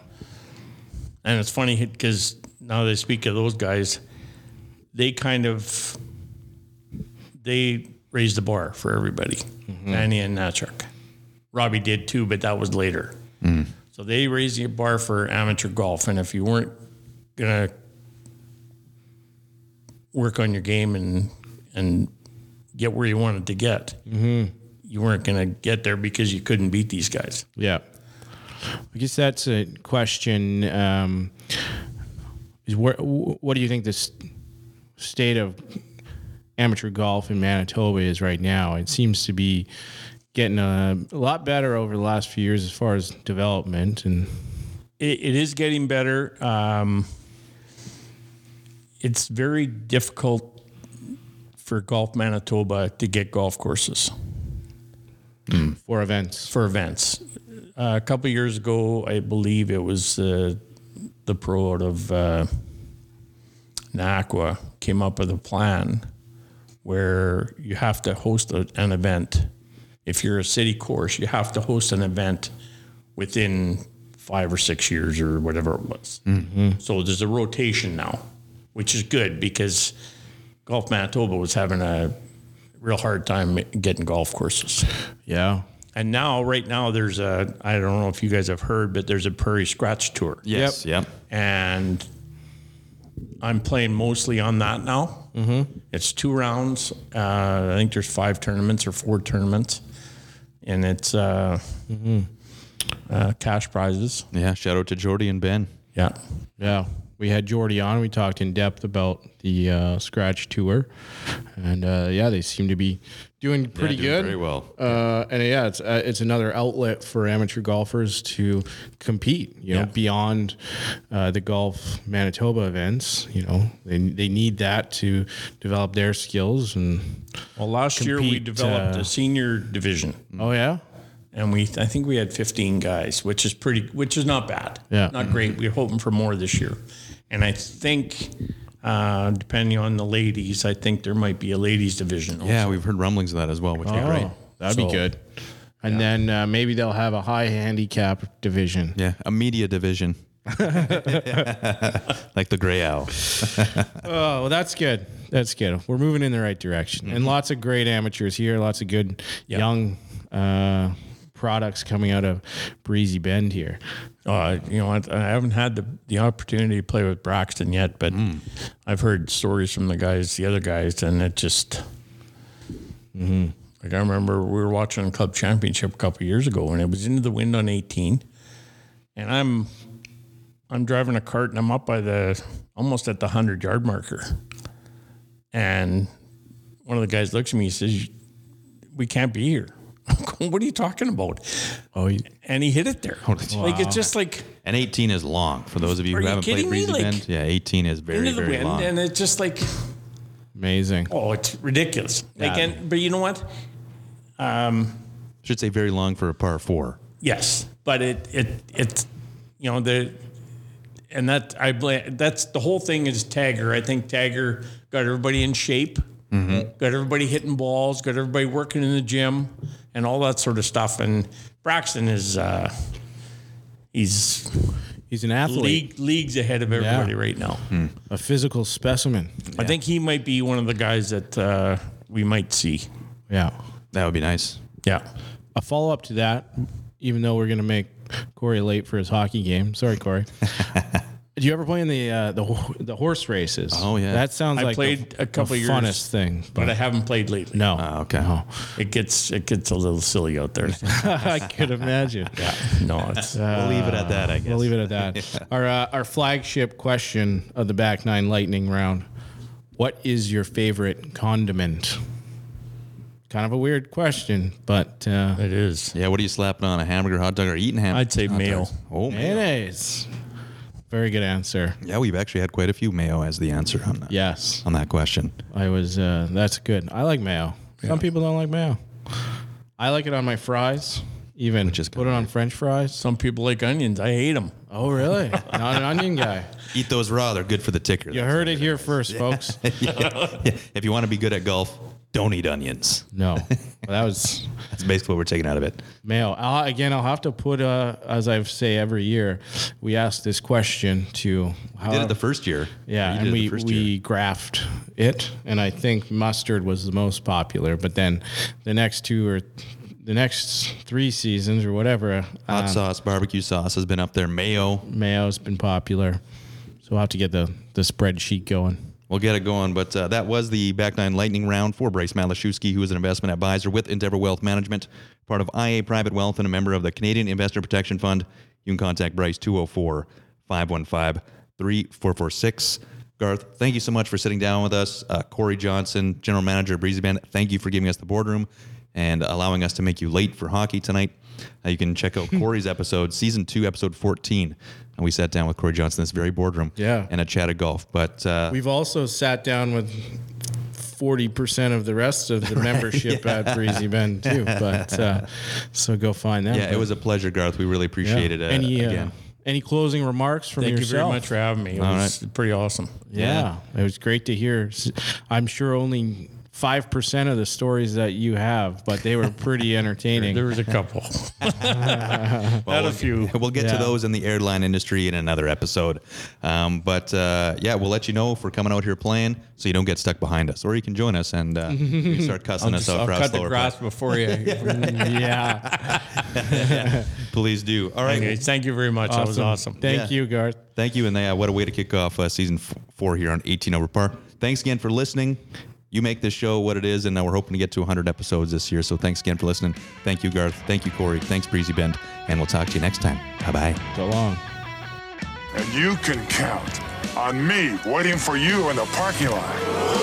Speaker 7: and it's funny because now they speak of those guys, they kind of they raised the bar for everybody. Fanning and Natchuk, Robbie did too, but that was later. So they raised the bar for amateur golf, and if you weren't gonna work on your game and and get where you wanted to get. You weren't going to get there because you couldn't beat these guys.
Speaker 6: yeah. I guess that's a question. Um, is where? wh- What do you think this state of amateur golf in Manitoba is right now? It seems to be getting a, a lot better over the last few years as far as development and
Speaker 7: it, it is getting better. Um, it's very difficult for Golf Manitoba to get golf courses
Speaker 6: for events.
Speaker 7: for events. Uh, a couple years ago, I believe it was uh, the pro out of uh, Naqua came up with a plan where you have to host a, an event. If you're a city course, you have to host an event within five or six years or whatever it was. So there's a rotation now, which is good because Golf Manitoba was having a real hard time getting golf courses.
Speaker 6: Yeah.
Speaker 7: And now, right now, there's a, I don't know if you guys have heard, but there's a Prairie Scratch Tour.
Speaker 1: Yes. Yep.
Speaker 7: And I'm playing mostly on that now. Mm-hmm. It's two rounds. Uh, I think there's five tournaments or four tournaments. And it's uh, uh, cash prizes.
Speaker 1: Yeah. Shout out to Jordy and Ben.
Speaker 7: Yeah.
Speaker 6: Yeah. We had Jordy on. We talked in depth about the uh, scratch tour, and uh, yeah, they seem to be doing pretty
Speaker 1: doing
Speaker 6: good.
Speaker 1: very well.
Speaker 6: Uh, and yeah, it's uh, it's another outlet for amateur golfers to compete. You know, beyond uh, the golf Manitoba events. You know, they they need that to develop their skills. And
Speaker 7: Well, last year we
Speaker 6: Compete,
Speaker 7: developed
Speaker 6: uh,
Speaker 7: a senior division.
Speaker 6: oh yeah,
Speaker 7: and we I think we had 15 guys, which is pretty, which is not bad.
Speaker 6: Yeah.
Speaker 7: not great. We're hoping for more this year, and I think uh, depending on the ladies, I think there might be a ladies division.
Speaker 1: Yeah. We've heard rumblings of that as well, which would be great.
Speaker 6: Oh, that'd be good. And then uh, maybe they'll have a high handicap division.
Speaker 1: Yeah. A media division. like the Grey Owl.
Speaker 6: Oh, well, that's good. That's good. We're moving in the right direction. And lots of great amateurs here, lots of good young uh, products coming out of Breezy Bend here.
Speaker 7: Uh, you know, I, I haven't had the, the opportunity to play with Braxton yet, but I've heard stories from the guys, the other guys, and it just. Like I remember we were watching club championship a couple years ago, and it was into the wind on 18, and I'm, I'm driving a cart, and I'm up by the almost at the hundred yard marker, and one of the guys looks at me, he says, "We can't be here." what are you talking about?
Speaker 6: Oh, you-
Speaker 7: And he hit it there. Like it's just like
Speaker 1: And 18 is long for those of you
Speaker 7: Are
Speaker 1: who
Speaker 7: you
Speaker 1: haven't played
Speaker 7: kidding me?
Speaker 1: Breezy
Speaker 7: Like,
Speaker 1: Bend. Yeah, 18 is very
Speaker 7: into the
Speaker 1: very
Speaker 7: wind,
Speaker 1: long.
Speaker 7: and it's just like
Speaker 6: amazing.
Speaker 7: oh, it's ridiculous. Like,
Speaker 6: Yeah.
Speaker 7: and, but you know what?
Speaker 1: should say very long for a par four.
Speaker 7: Yes, but it it it's you know the and that I blame that's the whole thing is Tagger. I think Tagger got everybody in shape,
Speaker 1: Mm-hmm.
Speaker 7: got everybody hitting balls, got everybody working in the gym, and all that sort of stuff. And Braxton is uh, he's
Speaker 6: He's an athlete,
Speaker 7: league, leagues ahead of everybody right now.
Speaker 1: Hmm.
Speaker 6: a physical specimen.
Speaker 7: I think he might be one of the guys that uh, we might see.
Speaker 6: Yeah.
Speaker 1: That would be nice.
Speaker 7: Yeah,
Speaker 6: A follow up to that, even though we're gonna make Corey late for his hockey game. Sorry, Corey. Do you ever play in the uh, the ho- the horse races?
Speaker 1: Oh, yeah.
Speaker 6: that sounds
Speaker 7: I
Speaker 6: like
Speaker 7: played
Speaker 6: the,
Speaker 7: a couple
Speaker 6: the
Speaker 7: years,
Speaker 6: funnest thing.
Speaker 7: but I haven't played lately.
Speaker 6: No,
Speaker 1: Ah, okay.
Speaker 6: Oh.
Speaker 7: It gets it gets a little silly out there.
Speaker 1: Oh,
Speaker 6: I could imagine.
Speaker 7: no, it's.
Speaker 1: we'll leave it at that, I guess.
Speaker 6: We'll leave it at that. Our uh, our flagship question of the back nine lightning round: What is your favorite condiment? Kind of a weird question, but uh,
Speaker 7: It is.
Speaker 1: Yeah, what are you slapping on? A hamburger, hot dog, or eating ham?
Speaker 7: I'd say
Speaker 1: hot
Speaker 7: mayo.
Speaker 1: dogs? Oh, mayo.
Speaker 6: mayonnaise. Very good answer.
Speaker 1: Yeah, we've actually had quite a few mayo as the answer on that,
Speaker 6: Yes,
Speaker 1: on that question.
Speaker 6: I was. Uh, that's good. I like mayo. Some people don't like mayo. I like it on my fries. Even just put it on French fries.
Speaker 7: Some people like onions. I hate them.
Speaker 6: Oh, really? Not an onion guy.
Speaker 1: Eat those raw; they're good for the ticker.
Speaker 6: You heard it here first, folks.
Speaker 1: Yeah, If you want to be good at golf, don't eat onions.
Speaker 6: No, that was
Speaker 1: That's basically what we're taking out of it.
Speaker 6: Mayo. I'll, again, I'll have to put, uh, as I say every year, we ask this question to how.
Speaker 1: Did it the first year?
Speaker 6: Uh, yeah,
Speaker 1: You
Speaker 6: and
Speaker 1: did it the
Speaker 6: we
Speaker 1: first
Speaker 6: we
Speaker 1: year.
Speaker 6: graphed it, and I think mustard was the most popular. But then, the next two or the next three seasons or whatever, uh,
Speaker 1: hot sauce, barbecue sauce has been up there. Mayo,
Speaker 6: mayo's been popular. So we'll have to get the the spreadsheet going.
Speaker 1: We'll get it going. But uh, that was the back nine lightning round for Bryce Malashewski, who is an investment advisor with Endeavor Wealth Management, part of IA Private Wealth and a member of the Canadian Investor Protection Fund. You can contact Bryce 204 515 3446. Garth, thank you so much for sitting down with us. Uh, Corey Johnson, General Manager of Breezy Band, thank you for giving us the boardroom and allowing us to make you late for hockey tonight. Uh, you can check out Corey's episode, season two, episode 14. And we sat down with Corey Johnson in this very boardroom
Speaker 6: Yeah.
Speaker 1: and a chat of golf. But uh,
Speaker 6: We've also sat down with. 40% of the rest of the membership at Breezy Bend, too. But uh, so go find that.
Speaker 1: Yeah, it was a pleasure, Garth. We really
Speaker 6: Yeah.
Speaker 1: appreciate it. Uh,
Speaker 6: any uh,
Speaker 1: again.
Speaker 6: any closing remarks from
Speaker 7: Thank you very
Speaker 6: yourself?
Speaker 7: much for having me. It was pretty awesome.
Speaker 6: Yeah. it was great to hear. S- I'm sure only five percent of the stories that you have, but they were pretty entertaining.
Speaker 7: There was a couple. Not a few.
Speaker 1: We'll get
Speaker 6: Yeah.
Speaker 1: to those in the airline industry in another episode. Um, but uh, yeah, we'll let you know if we're coming out here playing so you don't get stuck behind us. Or you can join us and uh, you can start cussing us out
Speaker 7: I'll
Speaker 1: for
Speaker 7: cut
Speaker 1: us
Speaker 7: the
Speaker 1: lower
Speaker 7: grass
Speaker 1: price.
Speaker 7: before you.
Speaker 6: yeah,
Speaker 1: Please do. All right.
Speaker 7: Okay, thank you very much. That was awesome.
Speaker 6: Thank you, Garth.
Speaker 1: Thank you. And uh, what a way to kick off uh, season f- four here on 18 Over Par. Thanks again for listening. You make this show what it is, and uh, we're hoping to get to 100 episodes this year. So thanks again for listening. Thank you, Garth. Thank you, Corey. Thanks, Breezy Bend. And we'll talk to you next time. Bye bye.
Speaker 6: So long.
Speaker 10: And you can count on me waiting for you in the parking lot.